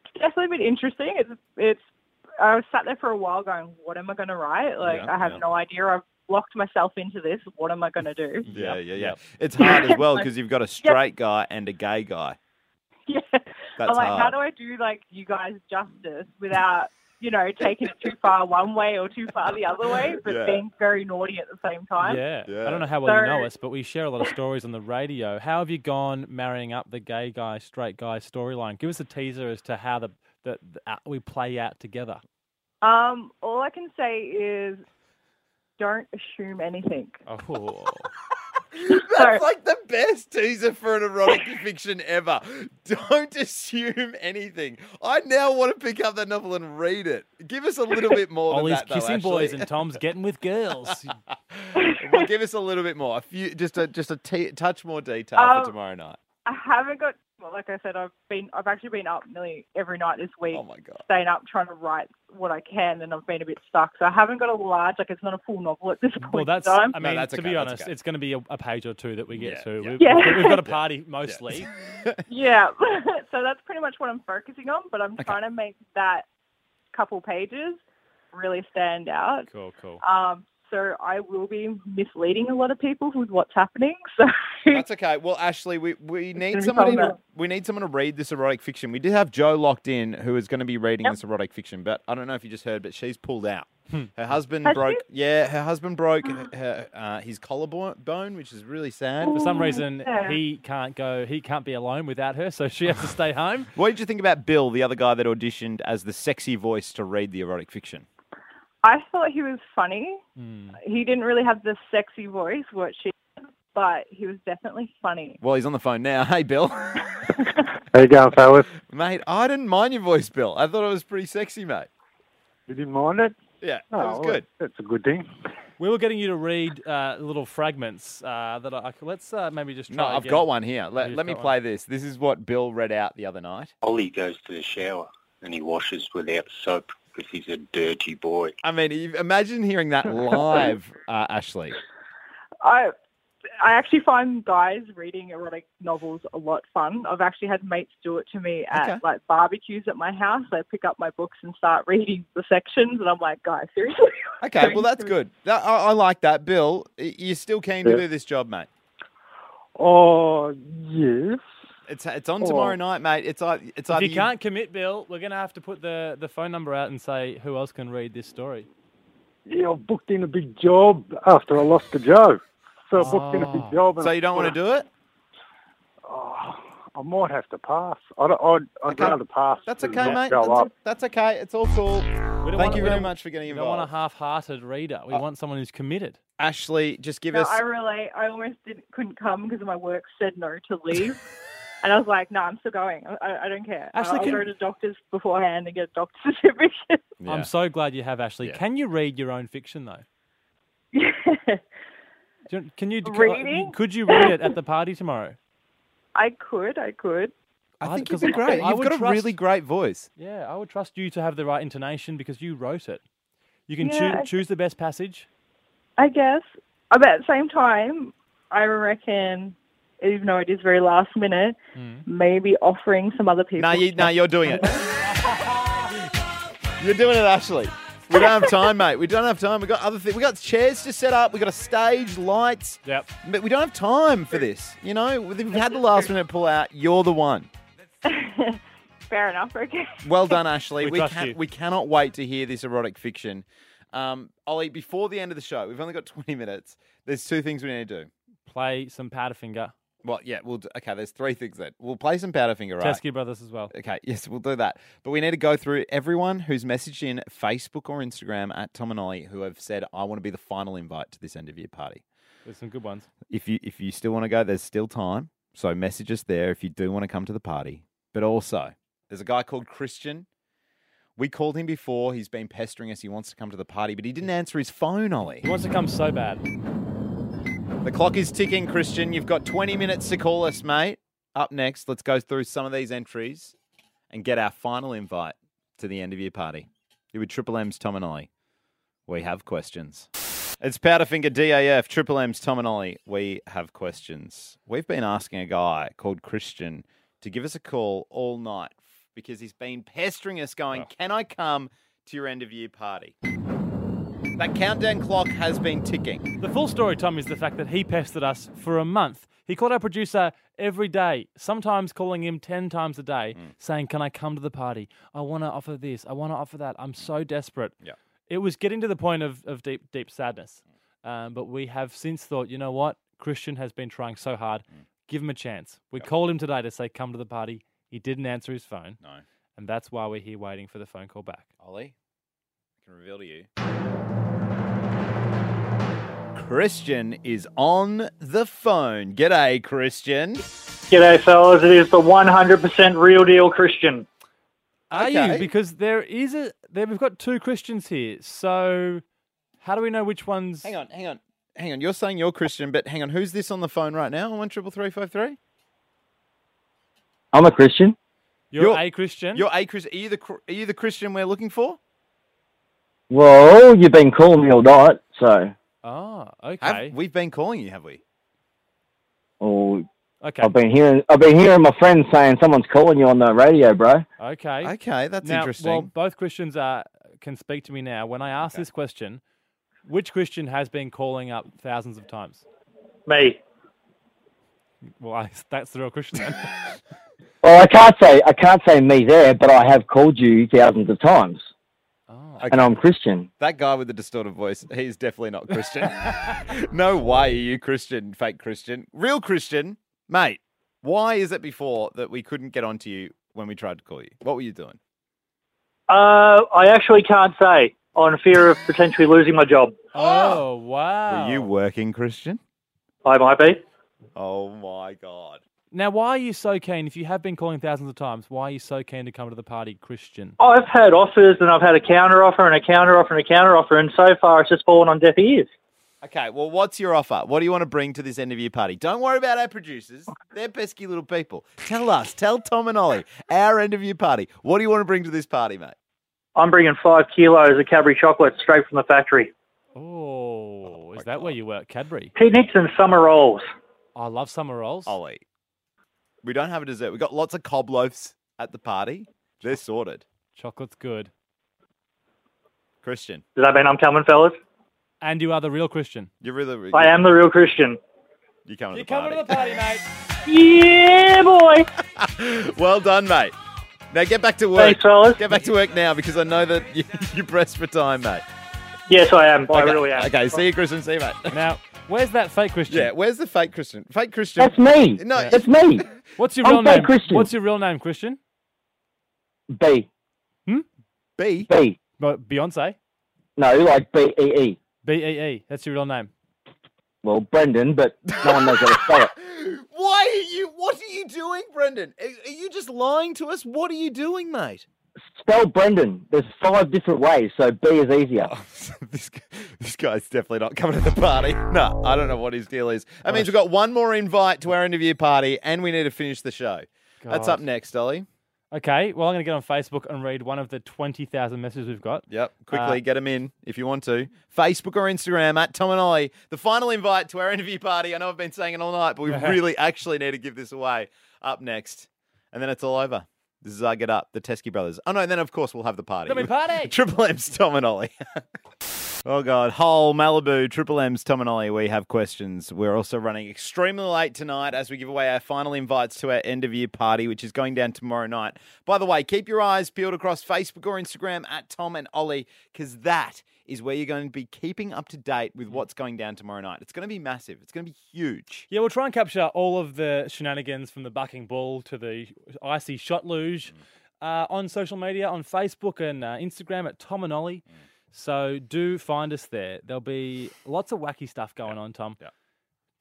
It's definitely been interesting. It's it's. I was sat there for a while going, "What am I going to write? Like, Yeah, I have yeah. no idea. I've locked myself into this. What am I going to do?" Yeah, yeah, yeah. It's hard as well because you've got a straight guy and a gay guy. Yeah. That's I'm like, how hard. do I do like you guys justice without, you know, taking it too far one way or too far the other way, but Yeah. being very naughty at the same time? Yeah. I don't know how well you know So- us, but we share a lot of stories on the radio. How have you gone marrying up the gay guy, straight guy storyline? Give us a teaser as to how the, the, the uh, we play out together. Um, all I can say is don't assume anything. Oh. That's like the best teaser for an erotic fiction ever. Don't assume anything. I now want to pick up that novel and read it. Give us a little bit more than Ollie's that, though, kissing boys Ashley. and Tom's getting with girls. Well, give us a little bit more. A few, just a just a t- touch more detail Um, for tomorrow night. I haven't got well, like I said, I've been I've actually been up nearly every night this week. Oh my god. Staying up trying to write what I can and I've been a bit stuck. So I haven't got a large like it's not a full novel at this point. Well, that's. in time. I mean, to be honest, it's going to be a, a page or two that we get to. We've, Yeah. we've got a Yeah. party mostly. yeah. so that's pretty much what I'm focusing on, but I'm trying to make that couple pages really stand out. Cool, cool. Um, so I will be misleading a lot of people with what's happening. So That's okay. Well, Ashley, we, we gonna need be somebody fun, to, we need someone to read this erotic fiction. We did have Joe locked in, who is going to be reading this erotic fiction, but I don't know if you just heard, but she's pulled out. Hmm. Her husband Has broke. Yeah, her husband broke her, uh, his collarbone, bone, which is really sad. For some reason, he can't go. He can't be alone without her, so she has to stay home. What did you think about Bill, the other guy that auditioned as the sexy voice to read the erotic fiction? I thought he was funny. Hmm. He didn't really have the sexy voice, what she but he was definitely funny. Well, he's on the phone now. Hey, Bill. How you going, fellas? mate, I didn't mind your voice, Bill. I thought it was pretty sexy, mate. You didn't mind it? Yeah, Oh, it was well, good. That's a good thing. We were getting you to read uh, little fragments uh, that I, let's uh, maybe just try. No, I've again. got one here. Let, You've let me got one. play this. This is what Bill read out the other night. Ollie goes to the shower and he washes without soap because he's a dirty boy. I mean, you- imagine hearing that live, uh, Ashley. I I actually find guys reading erotic novels a lot fun. I've actually had mates do it to me at Okay. like barbecues at my house. They pick up my books and start reading the sections, and I'm like, guys, seriously? Okay, well, that's good. That, I, I like that. Bill, y- you're still keen to Yeah. do this job, mate. Oh, yes. It's, it's on tomorrow Oh. night, mate. It's, ei- it's If either you can't commit, Bill, we're going to have to put the, the phone number out and say who else can read this story. Yeah, I booked in a big job after I lost the job. So I booked in a Oh. big job. And So you don't wanna do it? Oh, I might have to pass. I'd, I'd, I'd rather pass. That's than okay, not mate. Go That's, up. that's okay. It's all cool. We Thank don't want- you we very don't- much for getting We don't want a involved. Uh, half-hearted reader. We want someone who's committed. Ashley, just give No, us. I relate. I almost didn't, couldn't come because my work said no to leave. And I was like, no, I'm still going. I- I, I don't care. Ashley, I'll can- go to doctors beforehand and get a doctor's certificate. I'm so glad you have, Ashley. Can you read your own fiction, though? Do you- Can you Reading? could you read it at the party tomorrow? I could, I could. I think you'd 'cause be great. I You've would got a trust- really great voice. Yeah, I would trust you to have the right intonation because you wrote it. You can Yeah, I- choo- choose the best passage. I guess. But at the same time, I reckon, even though it is very last minute, Hmm. maybe offering some other people. No, you, no, you're doing it. You're doing it, Ashley. We don't have time, mate. We don't have time. We got other things. We got chairs to set up. We got a stage, lights. Yep. But we don't have time for this. You know, we've had the last minute pull out. You're the one. Fair enough. Okay. Well done, Ashley. We we, trust can, you. we cannot wait to hear this erotic fiction. Um, Ollie, before the end of the show, we've only got 20 minutes. There's two things we need to do. Play some Powderfinger. Well, yeah, we'll do, okay. There's three things then. We'll play some Powderfinger, right? Teskey Brothers as well. Okay, yes, we'll do that. But we need to go through everyone who's messaged in Facebook or Instagram at Tom and Ollie who have said, "I want to be the final invite to this end of year party." There's some good ones. If you if you still want to go, there's still time. So message us there if you do want to come to the party. But also, there's a guy called Christian. We called him before. He's been pestering us. He wants to come to the party, but he didn't answer his phone, Ollie. He wants to come so bad. The clock is ticking, Christian. You've got 20 minutes to call us, mate. Up next, let's go through some of these entries and get our final invite to the end of your party. You were Triple M's Tom and Ollie. We have questions. It's Powderfinger DAF, Triple M's Tom and Ollie. We have questions. We've been asking a guy called Christian to give us a call all night because he's been pestering us, going, Can I come to your end of year party? That countdown clock has been ticking. The full story, Tom, is the fact that he pestered us for a month. He called our producer every day, sometimes calling him 10 times a day, Hmm. saying, Can I come to the party? I want to offer this. I want to offer that. I'm so desperate. Yeah. It was getting to the point of, of deep, deep sadness. Um, but we have since thought, you know what? Christian has been trying so hard. Hmm. Give him a chance. We called him today to say, Come to the party. He didn't answer his phone. No. And that's why we're here waiting for the phone call back. Ollie, I can reveal to you. Christian is on the phone. G'day, Christian. G'day, fellas. It is the 100% real deal Christian. Are Okay. you? Because there is a there we've got two Christians here. So how do we know which one's Hang on, hang on. Hang on, you're saying you're Christian, but hang on, who's this on the phone right now? One triple three five three. I'm a Christian. You're, a Christian. You're a Christian. Are you the Chr- are you the Christian we're looking for? Well, you've been calling me all night, so Ah, okay. we've been calling you, have we? oh, okay. I've been hearing I've been hearing my friends saying someone's calling you on the radio, bro. Okay. Okay, that's Now, Well, interesting. both Christians are, can speak to me now. When I ask this question, which Christian has been calling up thousands of times? Me. Well, I, that's the real Christian then. Well, I can't say I can't say me there, but I have called you thousands of times, Oh, and I'm Christian. That guy with the distorted voice, he's definitely not Christian. no way are you Christian, fake Christian. Real Christian, mate, why is it before that we couldn't get onto you when we tried to call you? What were you doing? Uh, I actually can't say on fear of potentially losing my job. Oh, wow. Were you working, Christian? I might be. Oh my god. Now, why are you so keen? If you have been calling thousands of times, why are you so keen to come to the party, Christian? I've had offers and I've had a counter offer and a counter offer and a counter offer, and so far it's just fallen on deaf ears. Okay, well, what's your offer? What do you want to bring to this end of your party? Don't worry about our producers. They're pesky little people. Tell us, tell Tom and Ollie, our end of your party. What do you want to bring to this party, mate? I'm bringing five kilos of Cadbury chocolate straight from the factory. Oh, is that where you work, Cadbury? Picnics and summer rolls. I love summer rolls. Ollie, we don't have a dessert. We've got lots of cob loaves at the party. They're sorted. Chocolate's good. Christian. Does that mean I'm coming, fellas? And you are the real Christian. You're really. I am the real Christian. You're coming You're coming to the party, mate. Yeah, boy. well done, mate. Now get back to work. Thanks, fellas. Get back to work now because I know that you, you're pressed for time, mate. Yes, I am. I Okay, really am. Okay, see you, Christian. See you, mate. Now, where's that fake Christian? Yeah, where's the fake Christian? Fake Christian. That's me. No, that's me. What's your I'm real fake name? Christian. What's your real name, Christian? B B. B. But Beyonce. No, like B E E. B E E. That's your real name. Well, Brendan, but no one knows how to spell it. Why are you? What are you doing, Brendan? Are, are you just lying to us? What are you doing, mate? Spell Brendan. There's five different ways, so B is easier. This guy's definitely not coming to the party. No, I don't know what his deal is. That means we've got one more invite to our interview party, and we need to finish the show. That's God. up next, Ollie. Okay. Well, I'm going to get on Facebook and read one of the twenty thousand messages we've got. Yep. Quickly, Uh, get them in if you want to. Facebook or Instagram at Tom and Ollie. The final invite to our interview party. I know I've been saying it all night, but we really actually need to give this away up next. And then it's all over. Zug it up, the Teskey brothers. Oh no, and then of course we'll have the party. There'll be party! Triple M's Tom and Ollie. oh god, whole Malibu, Triple M's Tom and Ollie. We have questions. We're also running extremely late tonight as we give away our final invites to our end of year party, which is going down tomorrow night. By the way, keep your eyes peeled across Facebook or Instagram at Tom and Ollie because that is where you're going to be keeping up to date with what's going down tomorrow night. It's going to be massive. It's going to be huge. Yeah, we'll try and capture all of the shenanigans from the bucking bull to the icy shot Mm. luge uh, on social media, on Facebook and uh, Instagram at Tom and Ollie. Mm. So do find us there. There'll be lots of wacky stuff going on, Tom.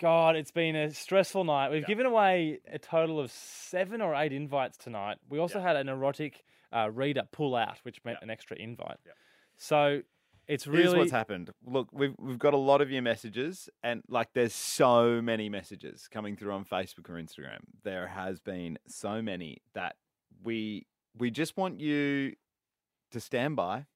God, it's been a stressful night. We've given away a total of seven or eight invites tonight. We also had an erotic uh, reader pull out, which meant an extra invite. So it's really Here's what's happened. Look, we've we've got a lot of your messages, and like, there's so many messages coming through on Facebook or Instagram. There has been so many that we we just want you to stand by.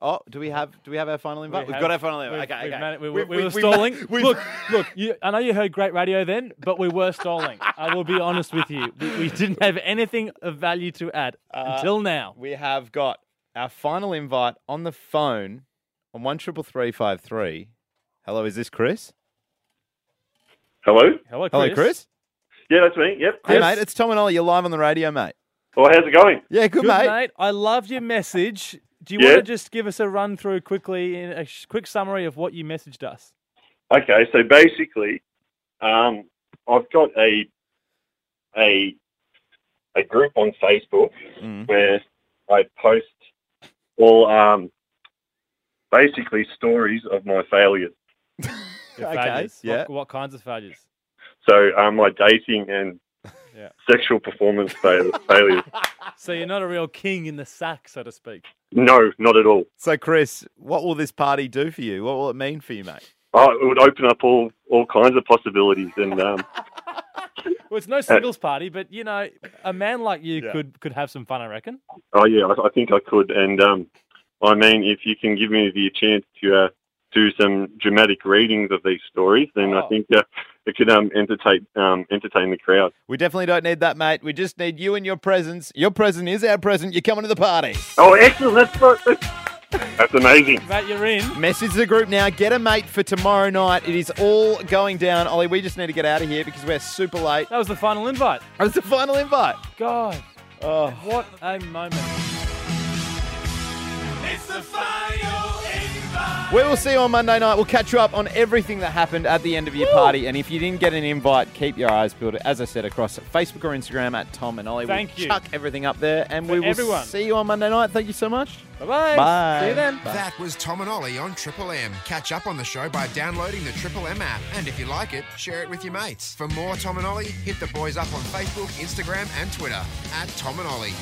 Oh, do we have do we have our final invite? We have got our final invite. Uh-huh. we've- okay, we've okay. mani- we, we- We've- we we've- were we've ma- stalling. we've- Look, look. You, I know you heard great radio then, but we were stalling. I will be honest with you. We, we didn't have anything of value to add Uh, until now. We have got our final invite on the phone on one triple three five three. Hello, is this Chris? Hello? Hello, Hello, Chris. Yeah, that's me. Yep. Hey, mate, it's Tom and Ollie. You're live on the radio, mate. Oh, how's it going? Yeah, good, Good, mate. mate. I love your message. Do you Yeah. want to just give us a run through quickly, in a sh- quick summary of what you messaged us? Okay, so basically, um, I've got a a a group on Facebook Mm-hmm. where I post all um, basically stories of my failures. Your Okay, failures. yeah. What, what kinds of failures? So um, my dating and Yeah. sexual performance fail- failures. So you're not a real king in the sack, so to speak. No, not at all. So, Chris, what will this party do for you? What will it mean for you, mate? Oh, it would open up all, all kinds of possibilities and um, Well, it's no singles party, but you know, a man like you could could have some fun, I reckon. Oh yeah, I, I think I could. And um, I mean, if you can give me the chance to uh, do some dramatic readings of these stories, then I Oh. think uh, it could um, entertain um, entertain the crowd. We definitely don't need that, mate. We just need you and your presence. Your present is our present. You're coming to the party. Oh, excellent! That's that's amazing. Mate, you're in. Message the group now. Get a mate for tomorrow night. It is all going down. Ollie, we just need to get out of here because we're super late. That was the final invite. That was the final invite. God. Oh. What a moment. We will see you on Monday night. We'll catch you up on everything that happened at the end of your party. And if you didn't get an invite, keep your eyes peeled, as I said, across Facebook or Instagram at Tom and Ollie. Thank we'll you. chuck everything up there. And we will everyone. see you on Monday night. Thank you so much. Bye-bye. Bye. Bye. That was Tom and Ollie on Triple M. Catch up on the show by downloading the Triple M app. And if you like it, share it with your mates. For more Tom and Ollie, hit the boys up on Facebook, Instagram, and Twitter at Tom and Ollie.